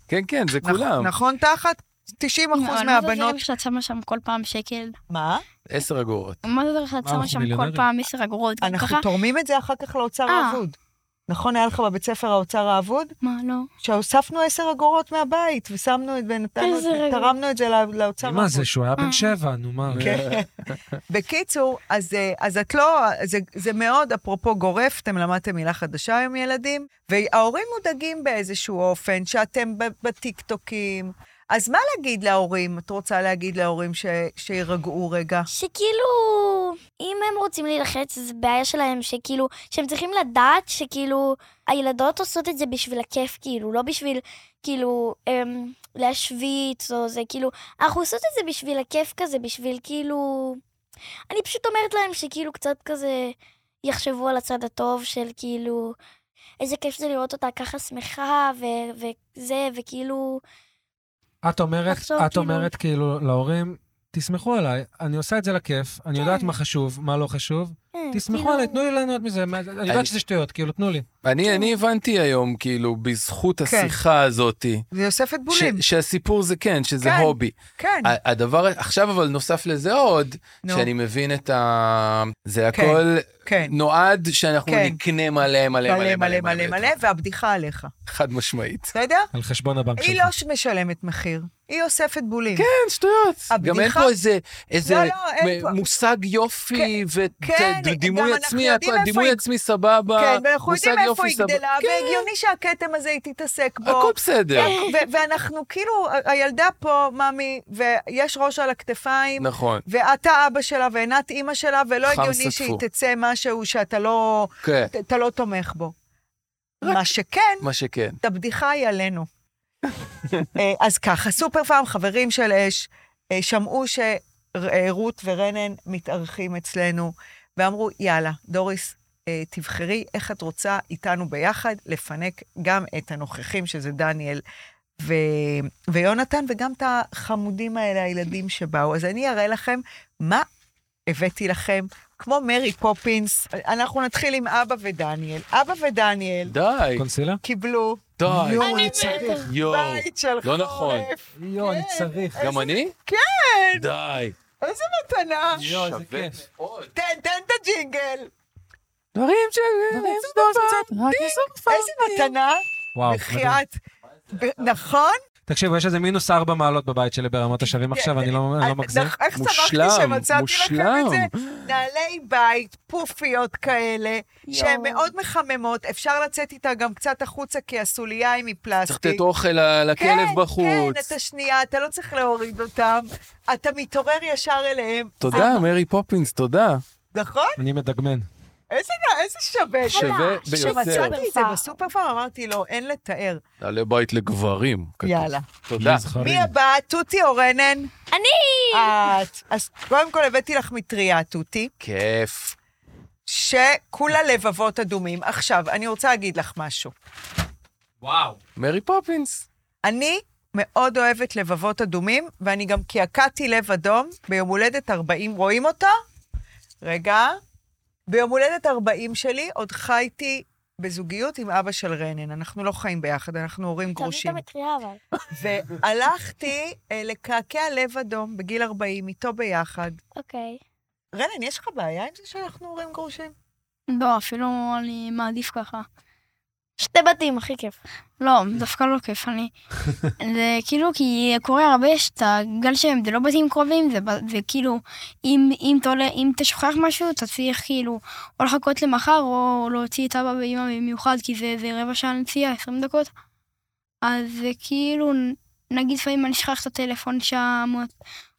כן, כן, זה כולם. נכון, תחת? 90 אחוז אבל מה זה מהבנות... דברים לא שאת שמה שם כל פעם שקל? מה? 10 אגורות. מה זה דברים שאת מה, שמה אנחנו שם כל מיליונרים? פעם 10 אגורות? אנחנו ככה? תורמים את זה אחר כך לאוצר אה. האבוד. נכון, היה לך בבית ספר האוצר האבוד? מה, לא. שהוספנו 10 אגורות מהבית, ושמנו את ונתנו, את איזה זה, רגע. תרמנו את זה לא- לאוצר האבוד. מה זה, שהוא היה בן אה. שבע, נו מה. כן. בקיצור, אז, אה, אז את לא, זה, זה מאוד, אפרופו גורף, אתם למדתם מילה חדשה היום, ילדים, וההורים מודאגים באיזשהו אופן, שאתם ב- בטיקטוקים. אז מה להגיד להורים? את רוצה להגיד להורים ש, שירגעו רגע? שכאילו, אם הם רוצים להילחץ, זו בעיה שלהם, שכאילו, שהם צריכים לדעת שכאילו, הילדות עושות את זה בשביל הכיף, כאילו, לא בשביל, כאילו, אמ, להשוויץ או זה, כאילו, אנחנו עושות את זה בשביל הכיף כזה, בשביל כאילו... אני פשוט אומרת להם שכאילו קצת כזה יחשבו על הצד הטוב של כאילו, איזה כיף זה לראות אותה ככה שמחה ו- וזה, וכאילו... את אומרת, לחשוב, את כאילו- אומרת כאילו להורים, תסמכו עליי, אני עושה את זה לכיף, אני יודעת מה חשוב, מה לא חשוב, כן, תסמכו כאילו- עליי, תנו לי ליהנות מזה, מה- אני אני- יודעת שזה שטויות, כאילו, תנו לי. כן. אני, אני הבנתי היום, כאילו, בזכות השיחה הזאתי, זה יוספת ש- כן. בולים. שהסיפור זה כן, שזה כן. הובי. כן. ה- הדבר, עכשיו אבל נוסף לזה עוד, נו, שאני מבין את ה... זה כן. הכל כן. נועד שאנחנו כן. נקנה מלא מלא מלא מלא מלא מלא, והבדיחה עליך, חד משמעית. בסדר? על חשבון הבנק היא שלך. לא ש- משלמת מחיר, היא אוספת בולים. כן, שטויות. גם אין הבדיחה- פה איזה, איזה לא, לא, אין מ- פה. מושג יופי כן, גם ודימוי אנחנו עצמי, יודעים הכל- איפה דימוי היא- עצמי סבבה, כן, ואנחנו מושג יודעים איפה יופי היא סבבה. גדלה, כן, והגיוני שהכתם הזה היא תתעסק בו. הכל בסדר, ו- ואנחנו כאילו, ה- הילדה פה, ממי, ויש ראש על הכתפיים, נכון, ואת האבא שלה ועינת אימא שלה, ולא חמסה הגיוני שהיא טפו. תצא משהו שאתה לא, כן, ת- אתה לא תומך בו. מה שכן, מה שכן. את הבדיחה היא עלינו. אה, אז ככה, סופר פארם, חברים של אש, אה, שמעו שרות ורנן מתארחים אצלנו, ואמרו, יאללה, דוריס, אה, תבחרי איך את רוצה איתנו ביחד לפנק גם את הנוכחים, שזה דניאל ו... ויונתן, וגם את החמודים האלה, הילדים שבאו. אז אני אראה לכם מה הבאתי לכם, כמו מרי פופינס. אנחנו נתחיל עם אבא ודניאל. אבא ודניאל די, קונסילה? קיבלו די. יואו, אני צריך יואו, בית של חורף. לא נכון. יואו, אני צריך. גם אני? כן, די. איזה מתנה. יואו, איזה שווה כיף. מאוד. תן, תן את הג'ינגל. דברים ש... דברים איזה מתנה. אה, וואו, מדהים. בחייאת. ב- נכון? תקשיבו, יש איזה מינוס ארבע מעלות בבית שלי ברמות השבים עכשיו, אני לא אני לא מגזים. נכ- איך שמחתי מושלם, שמצאתי לכם את מושלם. זה? נעלי בית, פופיות כאלה, שהן מאוד מחממות, אפשר לצאת איתה גם קצת החוצה, כי הסוליה היא צריך מפלסטיק. לתת אוכל ל- לכלב אוקיי. כן, בחוץ. את השנייה, אתה לא צריך להוריד אותם, אתה מתעורר ישר אליהם. תודה, מרי פופינס, תודה. נכון? אני מדגמן. איזה איזה שווה. שווה ביותר. כשמצאתי את זה בסופר פארם, אמרתי לו, אין לתאר. נעלי בית לגברים. כתוב. יאללה. תודה. מי הבא, תותי או רנן? אני! את. אז קודם כל הבאתי לך מטריה, תותי, כיף. שכולה לבבות אדומים. עכשיו, אני רוצה להגיד לך משהו. וואו. מרי פופינס. אני מאוד אוהבת לבבות אדומים, ואני גם קעקעתי לב אדום ביום הולדת 40, רואים אותו? רגע. ביום הולדת 40 שלי עוד חייתי בזוגיות עם אבא של רנן. אנחנו לא חיים ביחד, אנחנו הורים תביא גרושים. את המטריה אבל. והלכתי אה, לקעקע לב אדום בגיל 40, איתו ביחד. אוקיי. רנן, יש לך בעיה עם זה שאנחנו הורים גרושים? לא, אפילו אני מעדיף ככה. שתי בתים, הכי כיף. לא, דווקא לא כיף, אני... זה כאילו, כי קורה הרבה שאתה גל שהם, זה לא בתים קרובים, זה, ב- זה כאילו, אם, אם, תולה, אם תשוכח משהו, אתה צריך כאילו או לחכות למחר, או להוציא את אבא ואמא במיוחד, כי זה, זה רבע שעה נסיעה, 20 דקות. אז זה כאילו, נגיד לפעמים אני אשכח את הטלפון שם, או...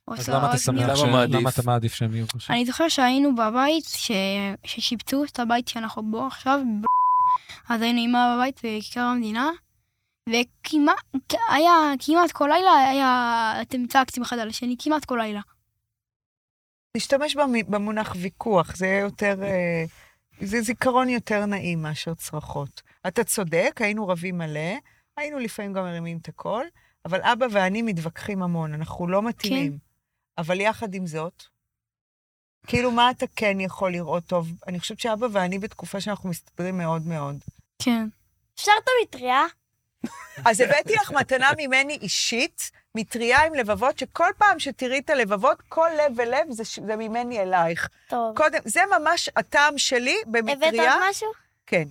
או אז את למה אתה האוזניות. שמח? למה ש- מעדיף? למה אתה מעדיף שהם יהיו חושבים? אני זוכר שהיינו בבית, ש... ששיפצו את הבית שאנחנו בו עכשיו, ב... אז היינו עם אבא בבית בכיכר המדינה, וכמעט, היה, כמעט כל לילה היה, אתם צעקתם אחד על השני, כמעט כל לילה. תשתמש במ- במונח ויכוח, זה יהיה יותר... אה, זה זיכרון יותר נעים מאשר צרחות. אתה צודק, היינו רבים מלא, היינו לפעמים גם מרימים את הקול, אבל אבא ואני מתווכחים המון, אנחנו לא מתאימים. כן. אבל יחד עם זאת, כאילו, מה אתה כן יכול לראות טוב? אני חושבת שאבא ואני בתקופה שאנחנו מסתדרים מאוד מאוד. כן. אפשר את המטריה? אז הבאתי לך מתנה ממני אישית, מטריה עם לבבות, שכל פעם שתראי את הלבבות, כל לב ולב זה, ש- זה ממני אלייך. טוב. קודם, זה ממש הטעם שלי במטריה. הבאת עוד משהו? כן.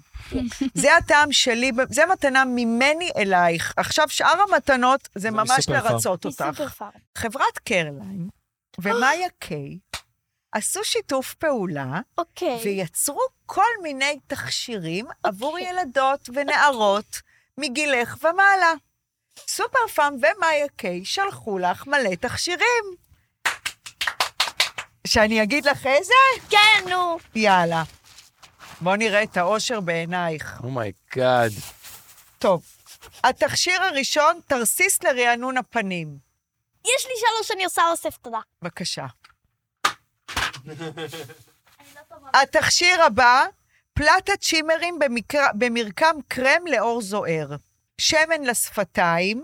זה הטעם שלי, זה מתנה ממני אלייך. עכשיו, שאר המתנות זה זה ממש מסופר פארם. לרצות אותך. מסופר פארם. חברת קרליין ומאיה קיי עשו שיתוף פעולה אוקיי. ויצרו כל מיני תכשירים עבור ילדות ונערות מגילך ומעלה. סופר פארם ומאיה קיי שלחו לך מלא תכשירים. שאני אגיד לך איזה? כן, נו. יאללה. בואו נראה את האושר Oh בעינייך. אומייגאד. טוב, התכשיר הראשון, תרסיס לרענון הפנים. יש לי שלוש, אני עושה אוסף, תודה. בבקשה. התכשיר הבא, פלטת שימרים במקר- במרקם קרם לאור זוהר. שמן לשפתיים,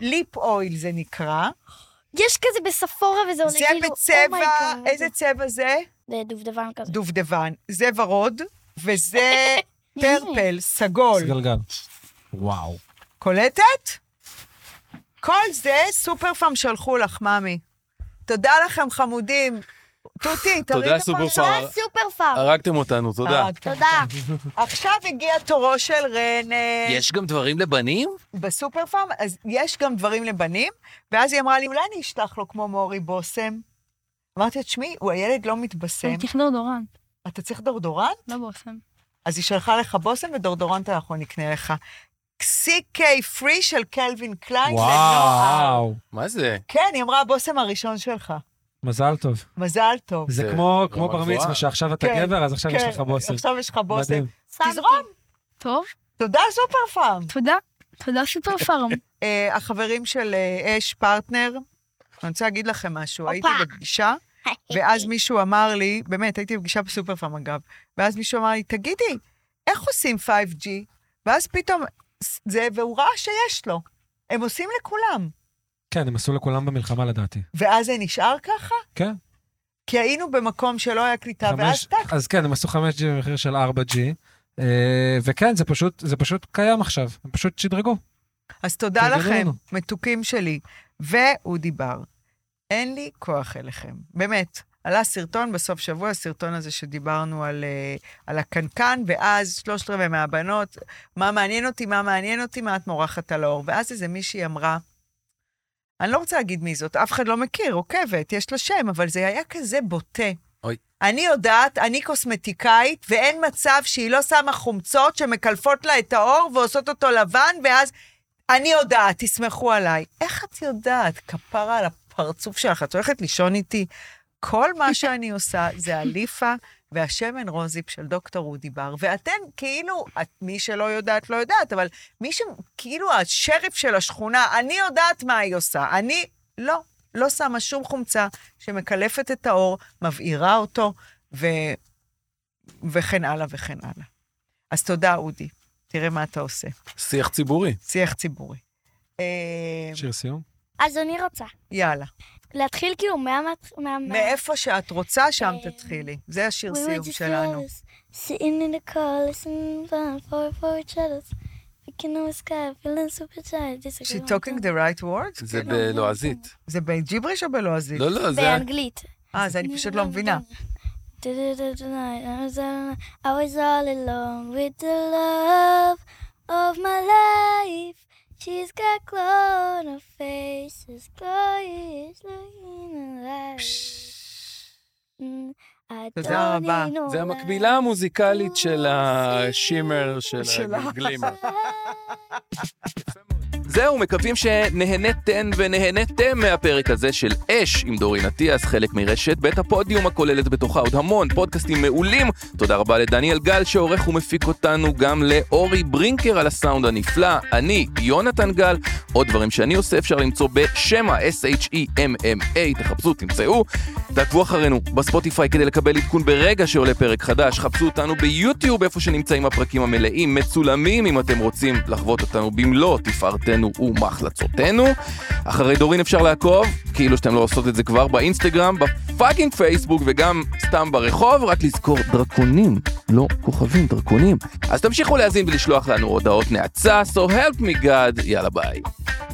ליפ אויל זה נקרא. יש כזה בספורה וזה עולה זה כאילו... בצבע, אומייגאד. איזה צבע זה? זה דובדבן כזה. דובדבן. זה ורוד, וזה פרפל, סגול. זה גלגל. וואו. קולטת? כל זה סופר פארם שלחו לך, ממי. תודה לכם, חמודים. תותי, תראי תודה, את סופר הפרצוף. פארם. אה, סופר פארם. הרגתם אותנו, תודה. הרגת. תודה. אה, עכשיו הגיע תורו של רנן. יש גם דברים לבנים? בסופר פארם, אז יש גם דברים לבנים, ואז היא אמרה לי, אולי אני אשלח לו כמו מורי בושם. אמרתי לה, תשמעי, הוא הילד לא מתבשם, אני אוקיי. תכנור דורן, אתה צריך דורדורנט? לא בושם. אז היא שלחה לך בושם ודורדורנט אנחנו נקנה לך. CK פרי של קלווין קליין לנוער. וואו. מה זה? כן, היא אמרה, הבושם הראשון שלך. מזל טוב. מזל טוב. זה זה כמו רמה כמו בר גבוהה. מצווה, שעכשיו אתה כן, גבר, אז עכשיו יש כן, לך בוסר. עכשיו יש לך בושם. מדהים. שמתי. תזרום. טוב, תודה, סופר פארם. תודה. תודה סופר פארם. אה, החברים של אה, אש פרטנר, אני רוצה להגיד לכם משהו. הייתי בפגישה, ואז מישהו אמר לי, באמת, הייתי בפגישה בסופר פארם אגב, ואז מישהו אמר לי, תגידי, איך עושים 5G? ואז פתאום, ס- זה, והוא ראה שיש לו. הם עושים לכולם. כן, הם עשו לכולם במלחמה לדעתי. ואז זה נשאר ככה? כן. כי היינו במקום שלא היה קליטה, ואז חמש- טק, אז כן, הם עשו 5G במחיר של 4G. אה, וכן, זה פשוט, זה פשוט קיים עכשיו, הם פשוט שדרגו. אז תודה תודה לכם, לנו. מתוקים שלי. ואודי בר, אין לי כוח אליכם, באמת. עלה סרטון בסוף שבוע, הסרטון הזה שדיברנו על, אה, על הקנקן, ואז שלושת רבעי מהבנות, מה מעניין אותי, מה מעניין אותי, מה את מורחת על האור. ואז איזה מישהי אמרה, אני לא רוצה להגיד מי זאת, אף אחד לא מכיר, עוקבת, יש לה שם, אבל זה היה כזה בוטה. אוי. אני יודעת, אני קוסמטיקאית, ואין מצב שהיא לא שמה חומצות שמקלפות לה את האור ועושות אותו לבן, ואז... אני יודעת, תסמכו עליי. איך את יודעת? כפרה על הפרצוף שלך, את הולכת לישון איתי. כל מה שאני עושה זה הליפה והשמן רוזיפ של דוקטור אודי בר. ואתן, כאילו, את, מי שלא יודעת, לא יודעת, אבל מי שכאילו השריף של השכונה, אני יודעת מה היא עושה. אני לא, לא שמה שום חומצה שמקלפת את האור, מבעירה אותו, ו... וכן הלאה וכן הלאה. אז תודה, אודי. תראה מה אתה עושה. שיח ציבורי. שיח ציבורי. אה, שיר סיום. אז אני רוצה יאללה. להתחיל כאילו מה... מה- מה- מאיפה שאת רוצה, שם אה, תתחילי. זה השיר We were סיום just שלנו. girls, Sitting in the car, listening to for for each other. Looking in the sky, feeling super tired. This is She a good talking one. the right word? כן. זה בלועזית. זה בג'יבריש או בלועזית? לא, לא, זה... באנגלית. אה, זה אני פשוט לא מבינה. Da-da-da-da-night, I was all- I was all alone with the love of my life. She's got glow on her face, this glorious looking in her eyes. Mm, I תודה don't רבה. need no זה light. המקבילה המוזיקלית של השימר של של ה- הגלימר. זהו, מקווים שנהנתן ונהנתם מהפרק הזה של אש עם דורין אטיאס, חלק מרשת בית הפודיום הכוללת בתוכה עוד המון פודקאסטים מעולים. תודה רבה לדניאל גל שעורך ומפיק אותנו, גם לאורי ברינקר על הסאונד הנפלא, אני יונתן גל. עוד דברים שאני עושה אפשר למצוא בשמה E S-H-E-M-M-A, תחפשו, תמצאו. תעקבו אחרינו בספוטיפיי כדי לקבל עדכון ברגע שעולה פרק חדש, חפשו אותנו ביוטיוב איפה שנמצאים הפרקים המלאים, מצולמים אם אתם רוצים לחוות אותנו במלוא תפארתנו ומחלצותינו. אחרי דורין אפשר לעקוב, כאילו שאתם לא עושות את זה כבר, באינסטגרם, פאקינג פייסבוק וגם סתם ברחוב, רק לזכור, דרקונים, לא כוכבים, דרקונים. אז תמשיכו להאזין ולשלוח לנו הודעות נאצה, so help me God, יאללה ביי.